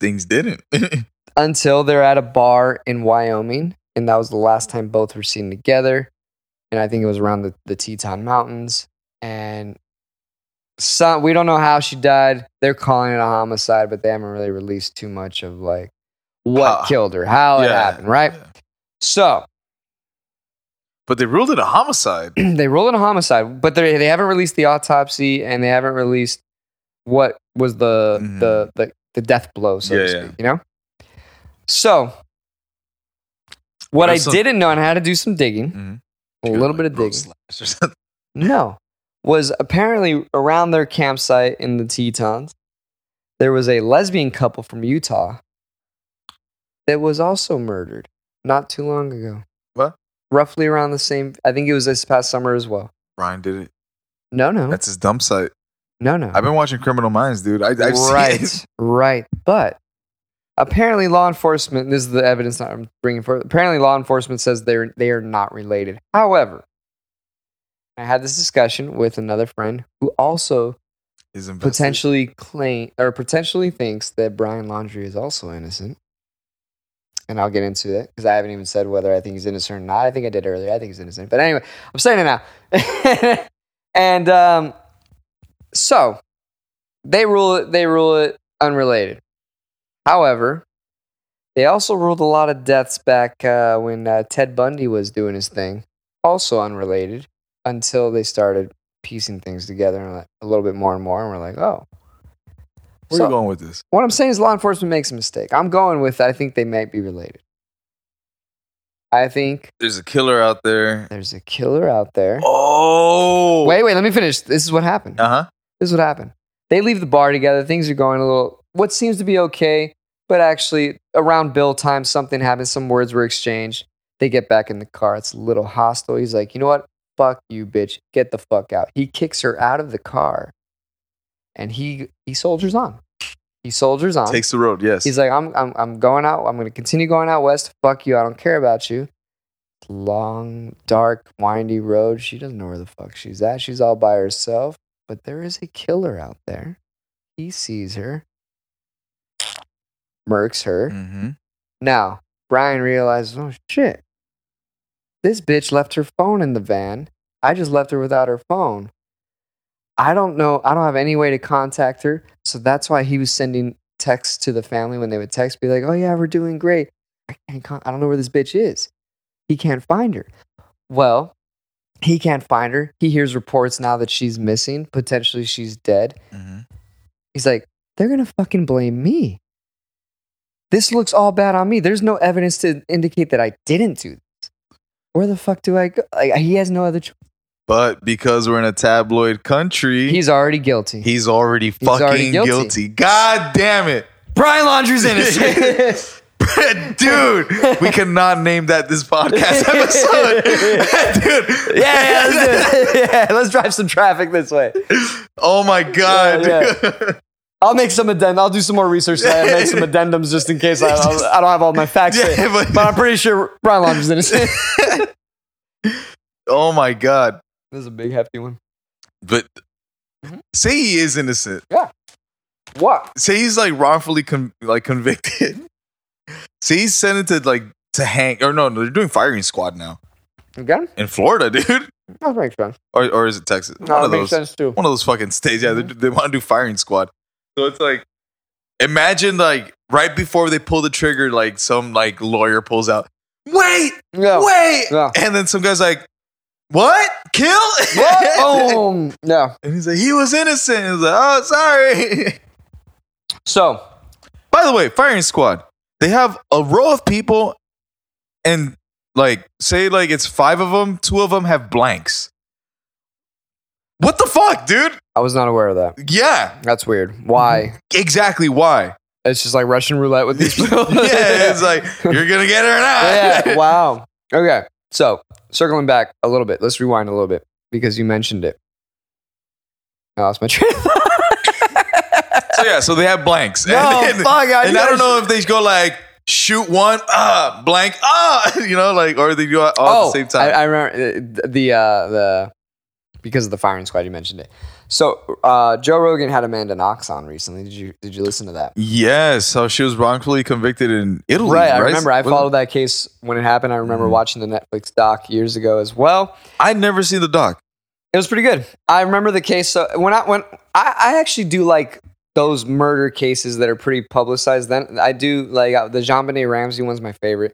Speaker 2: Things didn't.
Speaker 1: until they're at a bar in Wyoming, and that was the last time both were seen together. And I think it was around the, the Teton Mountains. And some we don't know how she died. They're calling it a homicide, but they haven't really released too much of like what
Speaker 2: How-
Speaker 1: killed her, how it
Speaker 2: Yeah.
Speaker 1: happened, right?
Speaker 2: Yeah.
Speaker 1: So
Speaker 2: But they ruled it a homicide.
Speaker 1: they rule it a homicide, but they they haven't released the autopsy and they haven't released what was the
Speaker 2: Mhm.
Speaker 1: the, the the death blow, so to
Speaker 2: Yeah,
Speaker 1: speak.
Speaker 2: yeah.
Speaker 1: You know. So, what I
Speaker 2: There's some-
Speaker 1: didn't know and I had to do some digging,
Speaker 2: Mhm.
Speaker 1: Mm-hmm. a little bit of
Speaker 2: Like,
Speaker 1: digging.
Speaker 2: slaps or something.
Speaker 1: No, was apparently around their campsite in the Tetons, there was a lesbian couple from Utah that was also murdered not too long ago.
Speaker 2: What?
Speaker 1: Roughly around the same. I think it was this past summer as well.
Speaker 2: Ryan did it.
Speaker 1: No, no.
Speaker 2: That's his dump site.
Speaker 1: No, no.
Speaker 2: I've been watching Criminal Minds, dude. I, I've
Speaker 1: Uh-huh. right,
Speaker 2: seen it.
Speaker 1: right. But apparently, law enforcement. This is the evidence that I'm bringing forth. Apparently, law enforcement says they're they are not related. However, I had this discussion with another friend who also
Speaker 2: Is invested.
Speaker 1: potentially claim or potentially thinks that Brian Laundry is also innocent. And I'll get into that because I haven't even said whether I think he's innocent or not. I think I did earlier. I think he's innocent. But anyway, I'm saying it now. and um, so they rule it, they rule it unrelated. However, they also ruled a lot of deaths back uh, when uh, Ted Bundy was doing his thing, also unrelated, until they started piecing things together and like, a little bit more and more. And we're like, oh.
Speaker 2: Where
Speaker 1: So-
Speaker 2: are you going with this?
Speaker 1: what I'm saying is law enforcement makes a mistake. I'm going with I think they might be related. I think
Speaker 2: There's a killer out there.
Speaker 1: there's a killer out there.
Speaker 2: Oh.
Speaker 1: Wait, wait, let me finish. This is what happened.
Speaker 2: Uh huh.
Speaker 1: This is what happened. They leave the bar together. Things are going a little, what seems to be okay, but actually around bill time, something happens. Some words were exchanged. They get back in the car. It's a little hostile. He's like, you know what? Fuck you, bitch. Get the fuck out. He kicks her out of the car and he, he soldiers on. He soldiers on.
Speaker 2: Takes the road. Yes.
Speaker 1: He's like, I'm, I'm, I'm going out. I'm going to continue going out west. Fuck you. I don't care about you. Long, dark, windy road. She doesn't know where the fuck she's at. She's all by herself. But there is a killer out there. He sees her, murks her.
Speaker 2: mm-hmm.
Speaker 1: Now, Brian realizes, oh shit, this bitch left her phone in the van. I just left her without her phone. I don't know. I don't have any way to contact her. So that's why he was sending texts to the family when they would text, be like, oh yeah, we're doing great. I can't, con- I don't know where this bitch is. He can't find her. Well, he can't find her. He hears reports now that she's missing. Potentially she's dead.
Speaker 2: Mm-hmm.
Speaker 1: He's like, they're gonna fucking blame me. this looks all bad on me. There's no evidence to indicate that I didn't do this. Where the fuck do I go? Like, he has no other choice.
Speaker 2: But because we're in a tabloid country, he's,
Speaker 1: He's already guilty.
Speaker 2: already fucking
Speaker 1: already
Speaker 2: guilty.
Speaker 1: guilty.
Speaker 2: God damn it.
Speaker 1: Brian Laundrie's innocent.
Speaker 2: Dude, we cannot name that this podcast episode. Dude.
Speaker 1: yeah, yeah, let's do it. yeah, let's drive some traffic this way.
Speaker 2: Oh my God.
Speaker 1: Yeah, I'll make some addendum. I'll do some more research tonight and make some addendums just in case I, I'll- I don't have all my facts.
Speaker 2: Yeah,
Speaker 1: straight.
Speaker 2: but-
Speaker 1: but, I'm pretty sure Brian Laundrie's innocent.
Speaker 2: oh my God.
Speaker 1: this is a big hefty one.
Speaker 2: But
Speaker 1: Mm-hmm.
Speaker 2: say he is innocent.
Speaker 1: What?
Speaker 2: say he's like wrongfully con- like convicted. say he's sentenced to like to hang or no, no, they're doing firing squad now
Speaker 1: Again?
Speaker 2: in Florida, dude,
Speaker 1: That makes sense.
Speaker 2: or or is it Texas?
Speaker 1: No,
Speaker 2: one
Speaker 1: that
Speaker 2: of
Speaker 1: makes
Speaker 2: those,
Speaker 1: sense Mm-hmm. too.
Speaker 2: one of those fucking states. Yeah, they, they want to do firing squad. So it's like, imagine like right before they pull the trigger, like some like lawyer pulls out, wait,
Speaker 1: Yeah.
Speaker 2: wait,
Speaker 1: Yeah.
Speaker 2: and then some guy's like, what, kill?
Speaker 1: What? Boom. Yeah.
Speaker 2: And he's like, he was innocent. He's like, oh, sorry.
Speaker 1: So,
Speaker 2: By the way, firing squad. They have a row of people, and like say like it's five of them. Two of them have blanks. What the fuck, dude?
Speaker 1: I was not aware of that.
Speaker 2: Yeah,
Speaker 1: That's weird. Why?
Speaker 2: Mm-hmm. exactly. Why?
Speaker 1: It's just like Russian roulette with these people.
Speaker 2: yeah, it's like you're gonna get her or not.
Speaker 1: yeah. Wow. Okay. So circling back a little bit, let's rewind a little bit because you mentioned it. I lost my train. of thought.
Speaker 2: So yeah, so they have blanks.
Speaker 1: No,
Speaker 2: and, then-
Speaker 1: fuck, I-
Speaker 2: and
Speaker 1: you
Speaker 2: I don't
Speaker 1: guys-
Speaker 2: know if they go like shoot one, ah, blank, ah, you know, like or they do it
Speaker 1: oh,
Speaker 2: all at the same time.
Speaker 1: I, I remember uh, the uh, the because of the firing squad. You mentioned it. So uh, Joe Rogan had Amanda Knox on recently. Did you did you listen to that?
Speaker 2: yes, so she was wrongfully convicted in Italy.
Speaker 1: Right,
Speaker 2: Right,
Speaker 1: I remember. I
Speaker 2: Wasn't- Mm-hmm.
Speaker 1: followed that case when it happened. I remember watching the Netflix doc years ago as well.
Speaker 2: I'd never seen the doc.
Speaker 1: It was pretty good. I remember the case. So when I when I, I actually do like those murder cases that are pretty publicized. Then I do like uh, the Jean Benet Ramsey one's my favorite,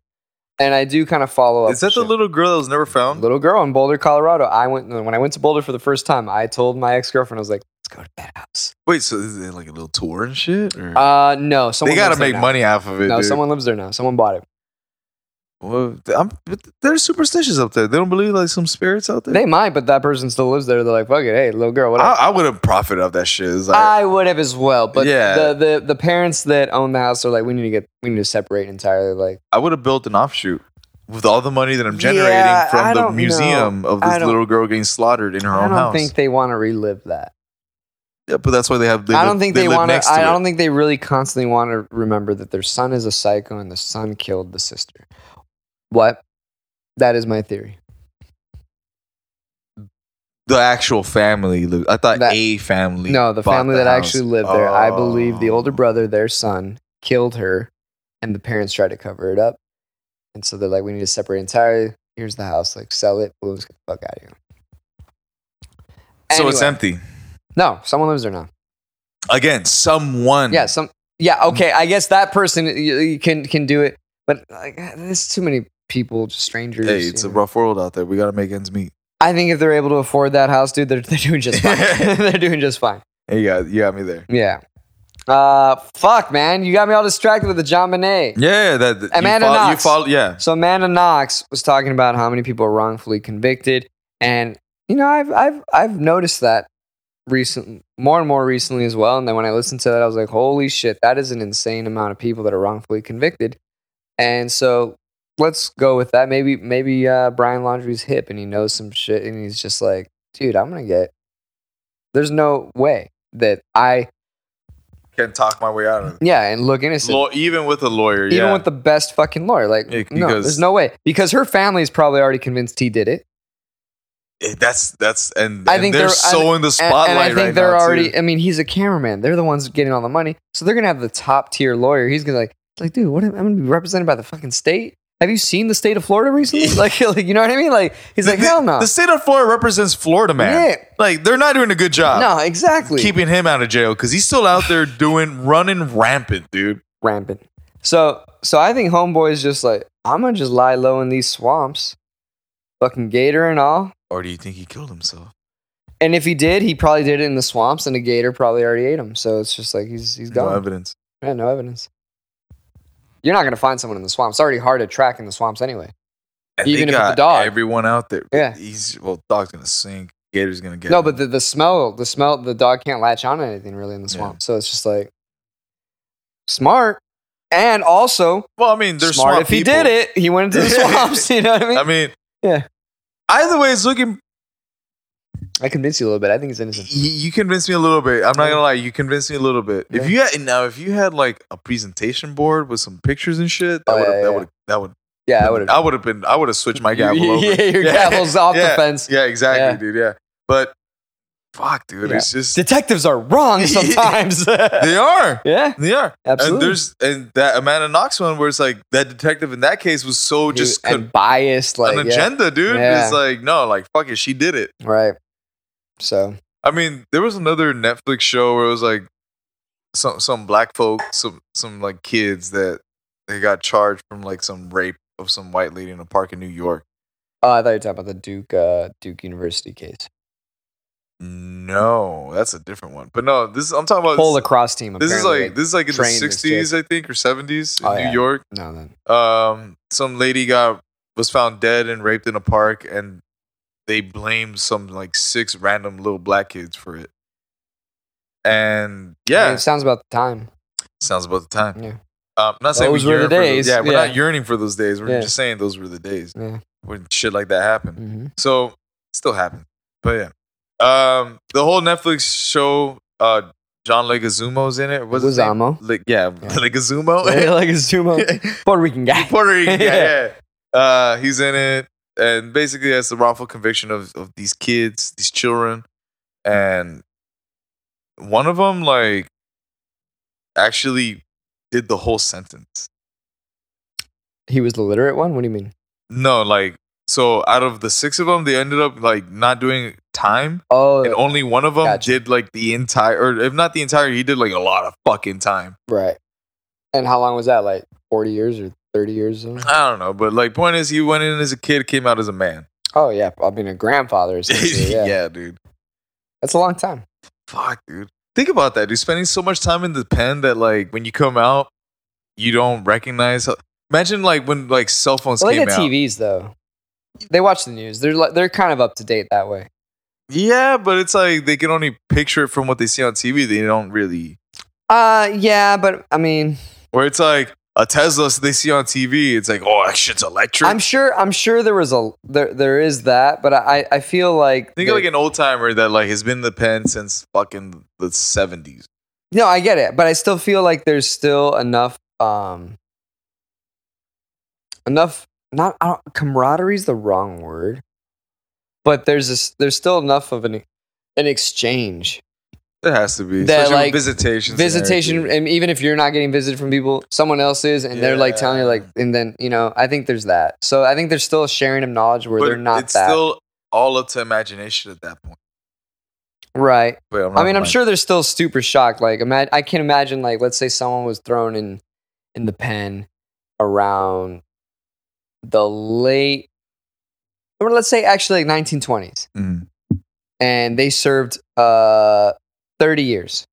Speaker 1: and I do kind of follow up.
Speaker 2: Is that the
Speaker 1: shit.
Speaker 2: little girl that was never found?
Speaker 1: little girl in Boulder, Colorado? I went when I went to Boulder for the first time. I told my ex girlfriend, I was like, "Let's go to that house."
Speaker 2: Wait, so is it like a little tour and shit? Or?
Speaker 1: Uh, no, someone
Speaker 2: they gotta
Speaker 1: lives there
Speaker 2: make
Speaker 1: now.
Speaker 2: money off of it.
Speaker 1: No,
Speaker 2: dude.
Speaker 1: someone lives there now. Someone bought it.
Speaker 2: Well, th- I'm, but they're superstitious up there. They don't believe like some spirits out there.
Speaker 1: They might, but that person still lives there. They're like, "Fuck it, hey, little girl, whatever."
Speaker 2: I, I wouldn't profit off that shit. It's like,
Speaker 1: I would have as well, but the,
Speaker 2: Yeah.
Speaker 1: the the parents that own the house are like, we need to get we need to separate entirely. Like,
Speaker 2: I would have built an offshoot with all the money that I'm generating
Speaker 1: Yeah,
Speaker 2: from
Speaker 1: I
Speaker 2: the
Speaker 1: don't
Speaker 2: museum
Speaker 1: know.
Speaker 2: of
Speaker 1: I
Speaker 2: this
Speaker 1: don't-
Speaker 2: little girl getting slaughtered in her
Speaker 1: I
Speaker 2: own
Speaker 1: don't
Speaker 2: house.
Speaker 1: think they want to relive that.
Speaker 2: yeah, but that's why they have. They
Speaker 1: I
Speaker 2: live-
Speaker 1: don't think they,
Speaker 2: live
Speaker 1: want
Speaker 2: next
Speaker 1: to. I
Speaker 2: it.
Speaker 1: don't think they really constantly want to remember that their son is a psycho and the son killed the sister. What? That is my theory.
Speaker 2: the actual family. Lived. I thought
Speaker 1: That-
Speaker 2: a family.
Speaker 1: No, the
Speaker 2: bought
Speaker 1: family
Speaker 2: the
Speaker 1: that
Speaker 2: house.
Speaker 1: actually lived there. I believe the older
Speaker 2: Oh.
Speaker 1: brother, their son, killed her, and the parents tried to cover it up. And so they're like, "We need to separate entirely. Here's the house. Like, sell it. We'll just get the fuck out of here."
Speaker 2: Oh. So it's
Speaker 1: Anyway.
Speaker 2: empty
Speaker 1: No, someone lives there now.
Speaker 2: again. Someone.
Speaker 1: Yeah, some. Yeah, okay. I guess that person y- y- can can do it, but like, there's too many people, just strangers.
Speaker 2: Hey,
Speaker 1: you
Speaker 2: it's a
Speaker 1: know.
Speaker 2: rough world out there. We gotta make ends meet.
Speaker 1: I think if they're able to afford that house, dude, they're they're doing just fine. they're doing just fine.
Speaker 2: Hey, you got, you got me there.
Speaker 1: Yeah. Uh, fuck, man, you got me all distracted with the John Bonet.
Speaker 2: Yeah, that, that
Speaker 1: Amanda
Speaker 2: you follow,
Speaker 1: Knox.
Speaker 2: You follow, yeah,
Speaker 1: So Amanda Knox was talking about how many people are wrongfully convicted, and you know I've I've I've noticed that recent more and more recently as well. And then when I listened to that, I was like, holy shit, that is an insane amount of people that are wrongfully convicted. And so let's go with that. Maybe maybe uh, Brian Laundrie's hip and he knows some shit, and he's just like, dude, I'm gonna get. There's no way that I
Speaker 2: can't talk my way out of it.
Speaker 1: yeah and look innocent.
Speaker 2: Law, even with a lawyer,
Speaker 1: even
Speaker 2: yeah.
Speaker 1: with the best fucking lawyer. Like,
Speaker 2: Yeah,
Speaker 1: no,
Speaker 2: because-
Speaker 1: there's no way because her family is probably already convinced he did it.
Speaker 2: Eh, that's that's and,
Speaker 1: I
Speaker 2: and
Speaker 1: think
Speaker 2: they're,
Speaker 1: they're- I
Speaker 2: so in the
Speaker 1: And-
Speaker 2: spotlight
Speaker 1: and, I think
Speaker 2: right
Speaker 1: they're
Speaker 2: now,
Speaker 1: already.
Speaker 2: too.
Speaker 1: I mean, he's a cameraman. They're the ones getting all the money, so they're gonna have the top tier lawyer. He's gonna like, it's like, dude, what? Am, I'm gonna be represented by the fucking state. Have you seen the state of Florida recently? like, like, you know what I mean? Like, he's like,
Speaker 2: The-
Speaker 1: hell no,
Speaker 2: The state of Florida represents Florida, man. Uh,
Speaker 1: Yeah.
Speaker 2: Like they're not doing a good job.
Speaker 1: no, exactly.
Speaker 2: Keeping him out of jail because he's still out there doing running rampant, dude.
Speaker 1: rampant. So, so I think homeboy's just like, I'm gonna just lie low in these swamps, fucking gator and all.
Speaker 2: Or do you think he killed himself?
Speaker 1: And if he did, he probably did it in the swamps, and a gator probably already ate him. So it's just like he's he's
Speaker 2: No
Speaker 1: gone.
Speaker 2: evidence.
Speaker 1: Yeah, no evidence. You're not going to find someone in the swamp. It's already hard to track in the swamps anyway.
Speaker 2: And
Speaker 1: Even
Speaker 2: they
Speaker 1: if it's a
Speaker 2: got
Speaker 1: dog.
Speaker 2: everyone out there.
Speaker 1: Yeah.
Speaker 2: He's well, dog's gonna sink. Gator's gonna get.
Speaker 1: No,
Speaker 2: him.
Speaker 1: but the, the smell, the smell, the dog can't latch on to anything really in the
Speaker 2: Yeah.
Speaker 1: swamp. So it's just like smart. And also,
Speaker 2: well, I mean, they're
Speaker 1: smart
Speaker 2: smart
Speaker 1: if he did it, he went into the swamps. You know what I mean?
Speaker 2: I mean,
Speaker 1: Yeah.
Speaker 2: Either way, it's looking.
Speaker 1: I convinced you a little bit. I think he's innocent.
Speaker 2: You, you convinced me a little bit. I'm not gonna lie. You convinced me a little bit.
Speaker 1: Yeah.
Speaker 2: If you had now, if you had like a presentation board with some pictures and shit, that
Speaker 1: Oh,
Speaker 2: would
Speaker 1: yeah, yeah,
Speaker 2: that
Speaker 1: yeah.
Speaker 2: would that would
Speaker 1: Yeah, I would have.
Speaker 2: I would have been I would have switched my gavel over.
Speaker 1: Yeah, your gavel's off
Speaker 2: yeah.
Speaker 1: the fence.
Speaker 2: Yeah, exactly,
Speaker 1: Yeah.
Speaker 2: dude. Yeah, but fuck, dude,
Speaker 1: Yeah.
Speaker 2: it's just
Speaker 1: Detectives are wrong sometimes.
Speaker 2: they are.
Speaker 1: yeah,
Speaker 2: They are. And
Speaker 1: absolutely.
Speaker 2: there's and that Amanda Knox one where it's like that detective in that case was so
Speaker 1: He-
Speaker 2: just
Speaker 1: and
Speaker 2: con-
Speaker 1: biased, like
Speaker 2: an
Speaker 1: yeah,
Speaker 2: agenda, dude.
Speaker 1: Yeah.
Speaker 2: It's like no, like fuck it, she did it.
Speaker 1: right. So
Speaker 2: I mean, there was another Netflix show where it was like some some black folk, some some like kids that they got charged from like some rape of some white lady in a park in New York.
Speaker 1: oh, I thought you were talking about the Duke uh, Duke University case.
Speaker 2: No, that's a different one. But no, this I'm talking about.
Speaker 1: Whole lacrosse team.
Speaker 2: this is
Speaker 1: apparently,
Speaker 2: like this is like in the
Speaker 1: trained this
Speaker 2: sixties, I think, or seventies in
Speaker 1: Oh,
Speaker 2: New
Speaker 1: yeah.
Speaker 2: York.
Speaker 1: no, then
Speaker 2: Um, some lady got was found dead and raped in a park, and they blamed some like six random little black kids for it. And
Speaker 1: I
Speaker 2: yeah,
Speaker 1: mean, it sounds about the time.
Speaker 2: Sounds about the time.
Speaker 1: Yeah.
Speaker 2: Um, not saying
Speaker 1: Those
Speaker 2: we
Speaker 1: were the
Speaker 2: yearn for
Speaker 1: days,
Speaker 2: Those, yeah, we're
Speaker 1: yeah.
Speaker 2: not yearning for those days. We're
Speaker 1: Yeah.
Speaker 2: just saying those were the days
Speaker 1: Yeah.
Speaker 2: when shit like that happened.
Speaker 1: hmm
Speaker 2: So it still happened. But yeah, um, the whole Netflix show, uh, John Leguizamo's in it. Was
Speaker 1: Leguizamo.
Speaker 2: Leg- yeah,
Speaker 1: Yeah.
Speaker 2: Leguizamo,
Speaker 1: like it's too much. Puerto Rican guy.
Speaker 2: Puerto Rican.
Speaker 1: Yeah.
Speaker 2: Yeah, yeah. Uh, he's in it, and basically that's the wrongful conviction of of these kids, these children, and one of them like actually did the whole sentence.
Speaker 1: He was the literate one. What do you mean?
Speaker 2: No, like so out of the six of them, they ended up like not doing time,
Speaker 1: Oh,
Speaker 2: and only one of them
Speaker 1: Gotcha.
Speaker 2: did like the entire, or if not the entire, he did like a lot of fucking time.
Speaker 1: right. And how long was that? Like forty years or thirty years? Or something?
Speaker 2: I don't know, but like point is, he went in as a kid, came out as a man.
Speaker 1: oh yeah, I mean a grandfather. Essentially. Yeah.
Speaker 2: Yeah. dude.
Speaker 1: that's a long time.
Speaker 2: Fuck, dude. Think about that, dude. Spending so much time in the pen that like when you come out, you don't recognize. How- Imagine like when like cell phones
Speaker 1: Well, they
Speaker 2: came
Speaker 1: get
Speaker 2: out.
Speaker 1: TVs though. They watch the news. They're like, they're kind of up to date that way.
Speaker 2: Yeah, but it's like they can only picture it from what they see on TV. They don't really.
Speaker 1: Uh, yeah, but I mean,
Speaker 2: Where it's like a Tesla they see on TV, it's like, oh, that shit's electric.
Speaker 1: I'm sure I'm sure there was a there there is that, but I I feel like
Speaker 2: Think
Speaker 1: the-
Speaker 2: of like an old timer that like has been in the pen since fucking the 70s.
Speaker 1: No, I get it, but I still feel like there's still enough um enough not I don't, camaraderie's the wrong word. But there's this there's still enough of an an exchange.
Speaker 2: There has to
Speaker 1: That,
Speaker 2: be. Especially
Speaker 1: like,
Speaker 2: like, visitation.
Speaker 1: Visitation and even if you're not getting visited from people, someone else is and they're like telling you like and then, you know, I think there's that. So I think there's still a sharing of knowledge where
Speaker 2: But
Speaker 1: they're not
Speaker 2: it's
Speaker 1: that.
Speaker 2: still all up to imagination at that point.
Speaker 1: right.
Speaker 2: But I'm
Speaker 1: I mean, I'm
Speaker 2: like-
Speaker 1: sure they're still super shocked. Like, ima- I can imagine, like, let's say someone was thrown in in the pen around the late, or let's say actually like 1920s,
Speaker 2: Mm.
Speaker 1: and they served uh 30 years,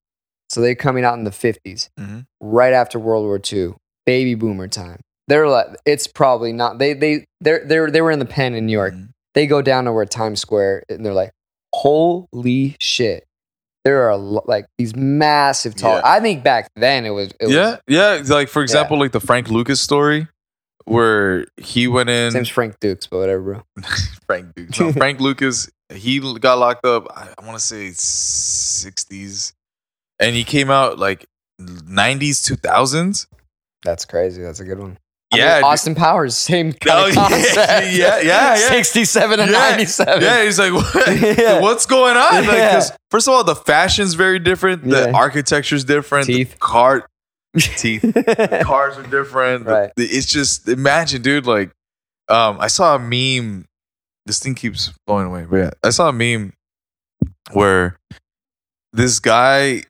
Speaker 1: so they're coming out in the 50s,
Speaker 2: Mhm.
Speaker 1: right after World War II, baby boomer time. They're like, it's probably not. They they they they they were in the pen in New York
Speaker 2: Mm.
Speaker 1: they go down to where Times Square and they're like, holy shit. There are a lo- like these massive tall.
Speaker 2: Yeah.
Speaker 1: I think back then it was. It
Speaker 2: yeah, yeah. Like for
Speaker 1: Yeah.
Speaker 2: example, like the Frank Lucas story, where he went in.
Speaker 1: Was, name's Frank Dukes, but whatever, bro.
Speaker 2: Frank Lucas. No, Frank Lucas. He l- got locked up. I, I want to say sixties, and he came out like nineties, two thousands.
Speaker 1: That's crazy. That's a good one. I
Speaker 2: Yeah,
Speaker 1: mean,
Speaker 2: dude.
Speaker 1: Austin Powers, same kind
Speaker 2: Oh,
Speaker 1: of
Speaker 2: yeah,
Speaker 1: concept.
Speaker 2: yeah, yeah, yeah.
Speaker 1: 67 and
Speaker 2: Yeah,
Speaker 1: 97.
Speaker 2: yeah. He's like, what?
Speaker 1: Yeah.
Speaker 2: what's going on? Like,
Speaker 1: Yeah.
Speaker 2: 'cause first of all, the fashion's very different. The
Speaker 1: Yeah.
Speaker 2: architecture's different.
Speaker 1: Teeth.
Speaker 2: The car, teeth. the cars are different. The-
Speaker 1: Right.
Speaker 2: the- it's just imagine, dude. Like, um, I saw a meme. This thing keeps blowing away, but yeah, I saw a meme where this guy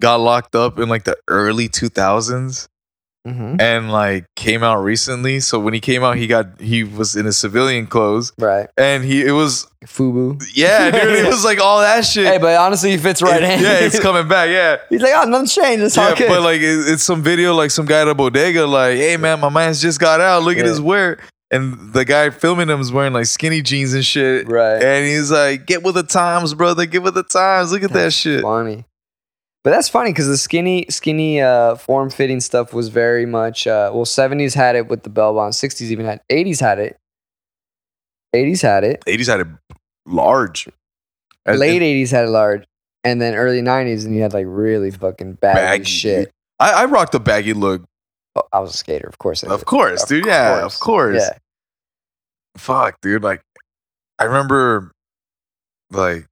Speaker 2: got locked up in like the early 2000s
Speaker 1: Mm-hmm.
Speaker 2: and like came out recently. So when he came out, he got he was in his civilian clothes,
Speaker 1: Right.
Speaker 2: and he it was
Speaker 1: Fubu.
Speaker 2: yeah, dude, it was like all that shit.
Speaker 1: Hey, but honestly, he fits right
Speaker 2: It-
Speaker 1: in.
Speaker 2: yeah, it's coming back. Yeah.
Speaker 1: He's like, oh, nothing's changed. It's all
Speaker 2: Yeah,
Speaker 1: good.
Speaker 2: but like it, it's some video, like some guy at a bodega, like, hey man, my man's just got out. Look at
Speaker 1: Yeah.
Speaker 2: his wear, and the guy filming him is wearing like skinny jeans and shit.
Speaker 1: right.
Speaker 2: And he's like, get with the times, brother. Get with the times. Look at that shit.
Speaker 1: Funny. But that's funny because the skinny, skinny, uh, form fitting stuff was very much. Uh, well, seventies had it with the bell bottom. Sixties even had. Eighties had it. Eighties had it.
Speaker 2: Eighties had a large, As-
Speaker 1: Late eighties had it large, and then early nineties, and you had like really fucking baggy,
Speaker 2: Baggy.
Speaker 1: shit.
Speaker 2: I, I rocked the baggy look,
Speaker 1: Oh, I was a skater, of course. I
Speaker 2: of
Speaker 1: did.
Speaker 2: course, dude. Yeah, of course.
Speaker 1: Yeah.
Speaker 2: fuck, dude. Like, I remember, like,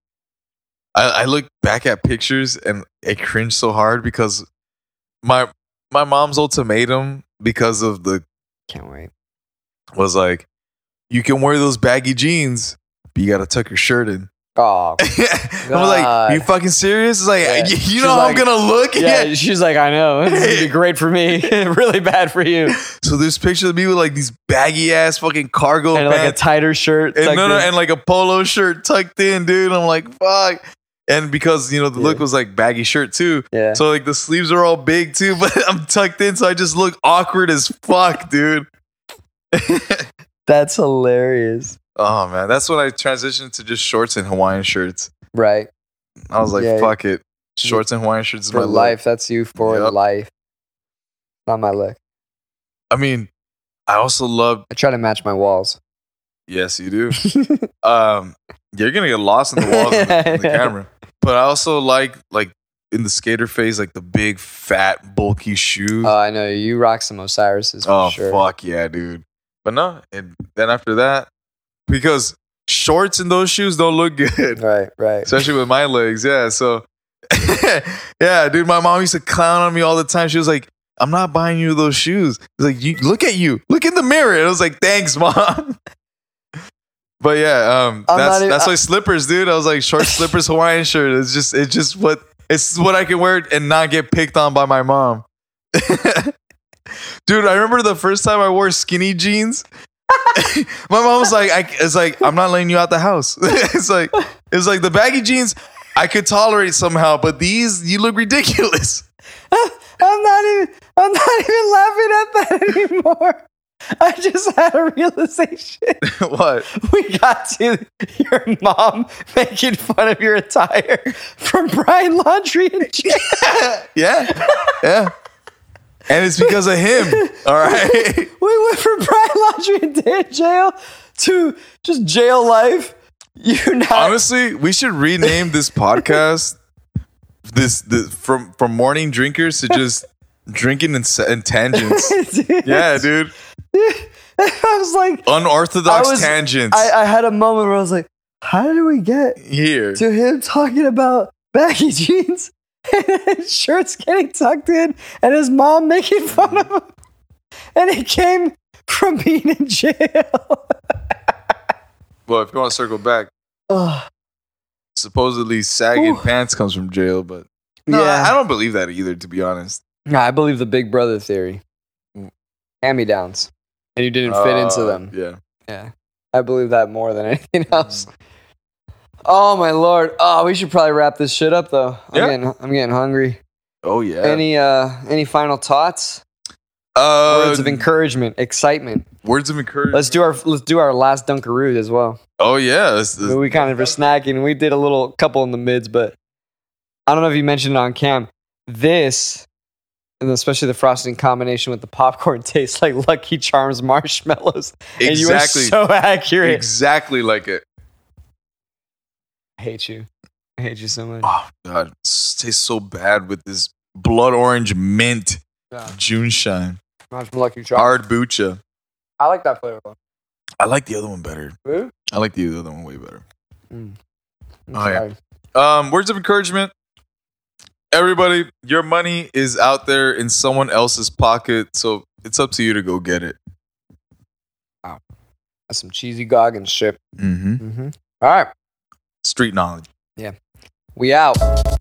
Speaker 2: I, I look back at pictures and I cringe so hard because my my mom's ultimatum because of the
Speaker 1: Can't wait.
Speaker 2: was like, you can wear those baggy jeans, but you gotta tuck your shirt in.
Speaker 1: Oh.
Speaker 2: I'm like,
Speaker 1: God.
Speaker 2: you fucking serious? It's like,
Speaker 1: Yeah.
Speaker 2: you, you
Speaker 1: She's
Speaker 2: know how
Speaker 1: like-
Speaker 2: I'm gonna look?
Speaker 1: Yeah, she's like, I know. It's gonna be great for me. really bad for you.
Speaker 2: So there's pictures of me with like these baggy ass fucking cargo
Speaker 1: and like a
Speaker 2: pants.
Speaker 1: tighter shirt.
Speaker 2: and,
Speaker 1: like
Speaker 2: no, no,
Speaker 1: this.
Speaker 2: and like a polo shirt tucked in, dude. I'm like, fuck. And because you know the look
Speaker 1: Yeah.
Speaker 2: was like baggy shirt too,
Speaker 1: yeah.
Speaker 2: so like the sleeves are all big too, but I'm tucked in, so I just look awkward as fuck, dude.
Speaker 1: That's hilarious.
Speaker 2: Oh man, that's when I transitioned to just shorts and Hawaiian shirts.
Speaker 1: Right.
Speaker 2: I was like,
Speaker 1: Yeah.
Speaker 2: fuck it, shorts and Hawaiian shirts is my
Speaker 1: For
Speaker 2: look.
Speaker 1: life. That's you for
Speaker 2: Yep.
Speaker 1: life. Not my look.
Speaker 2: I mean, I also love.
Speaker 1: I try to match my walls.
Speaker 2: Yes, you do. um, you're gonna get lost in the walls in the, in the
Speaker 1: Yeah.
Speaker 2: camera. But I also like like in the skater phase, like the big fat bulky shoes.
Speaker 1: Oh, I know. You rock some Osiris's for
Speaker 2: Oh
Speaker 1: sure.
Speaker 2: fuck yeah, dude! But no, and then after that, because shorts and those shoes don't look good,
Speaker 1: Right, right.
Speaker 2: especially with my legs. Yeah, so yeah, dude. My mom used to clown on me all the time. She was like, "I'm not buying you those shoes." It's like, "You look at you, look in the mirror." And I was like, "Thanks, mom." But yeah, um,
Speaker 1: I'm
Speaker 2: that's
Speaker 1: not even-
Speaker 2: that's
Speaker 1: I-
Speaker 2: why slippers, dude. I was like, short slippers, Hawaiian shirt. It's just it's just what it's what I can wear and not get picked on by my mom. Dude, I remember the first time I wore skinny jeans. my mom was like, I, "It's like I'm not letting you out the house." it's like it's like the baggy jeans I could tolerate somehow, but these you look ridiculous.
Speaker 1: I'm not even I'm not even laughing at that anymore. I just had a realization.
Speaker 2: what?
Speaker 1: We got to your mom making fun of your attire from Brian Laundry and Jay.
Speaker 2: Yeah, yeah. And it's because of him. All right.
Speaker 1: We went from Brian Laundry and Dan Jail to just jail life. You're not.
Speaker 2: Honestly, we should rename this podcast this, this from from morning drinkers to just drinking and, s- and tangents.
Speaker 1: Dude,
Speaker 2: Yeah, dude.
Speaker 1: I was like,
Speaker 2: Unorthodox
Speaker 1: I was-
Speaker 2: tangents
Speaker 1: I, I had a moment where I was like, how did we get
Speaker 2: here.
Speaker 1: to him talking about baggy jeans and his shirts getting tucked in and his mom making fun of him? And it came from being in jail.
Speaker 2: Well, if you want to circle back,
Speaker 1: Ugh.
Speaker 2: supposedly sagging
Speaker 1: Ooh.
Speaker 2: pants comes from jail, but no,
Speaker 1: yeah.
Speaker 2: I don't believe that either. To be honest,
Speaker 1: Nah, I believe the Big Brother theory.
Speaker 2: Mm.
Speaker 1: Hand me downs. And you didn't fit into
Speaker 2: Uh,
Speaker 1: them.
Speaker 2: Yeah, Mm.
Speaker 1: Yeah. I believe that more than anything else. Oh my lord. Oh, we should probably wrap this shit up though. I'm
Speaker 2: Yeah.
Speaker 1: getting I'm getting hungry.
Speaker 2: Oh yeah.
Speaker 1: Any uh any final thoughts?
Speaker 2: uh,
Speaker 1: Words of encouragement, excitement.
Speaker 2: Words of encouragement.
Speaker 1: Let's do our let's do our last dunkaroo as well.
Speaker 2: Oh yeah. Let's,
Speaker 1: But we kind of were snacking. We did a little couple in the mids, but I don't know if you mentioned it on cam. This, and especially the frosting combination with the popcorn, tastes like Lucky Charms marshmallows. And you are
Speaker 2: exactly.
Speaker 1: so accurate.
Speaker 2: exactly like it.
Speaker 1: I hate you. I hate you so much.
Speaker 2: Oh god, it tastes so bad with this blood orange mint
Speaker 1: Yeah,
Speaker 2: June shine
Speaker 1: not from Lucky Charms.
Speaker 2: hard bucha.
Speaker 1: I like that flavor. though.
Speaker 2: I like the other one better.
Speaker 1: Ooh.
Speaker 2: I like the other one way better.
Speaker 1: I'm
Speaker 2: Oh, yeah.
Speaker 1: sorry.
Speaker 2: Um, words of encouragement. Everybody, your money is out there in someone else's pocket, so it's up to you to go get it.
Speaker 1: That's some cheesy goggins shit.
Speaker 2: Mm-hmm.
Speaker 1: Mm-hmm. All right.
Speaker 2: Street knowledge.
Speaker 1: We out.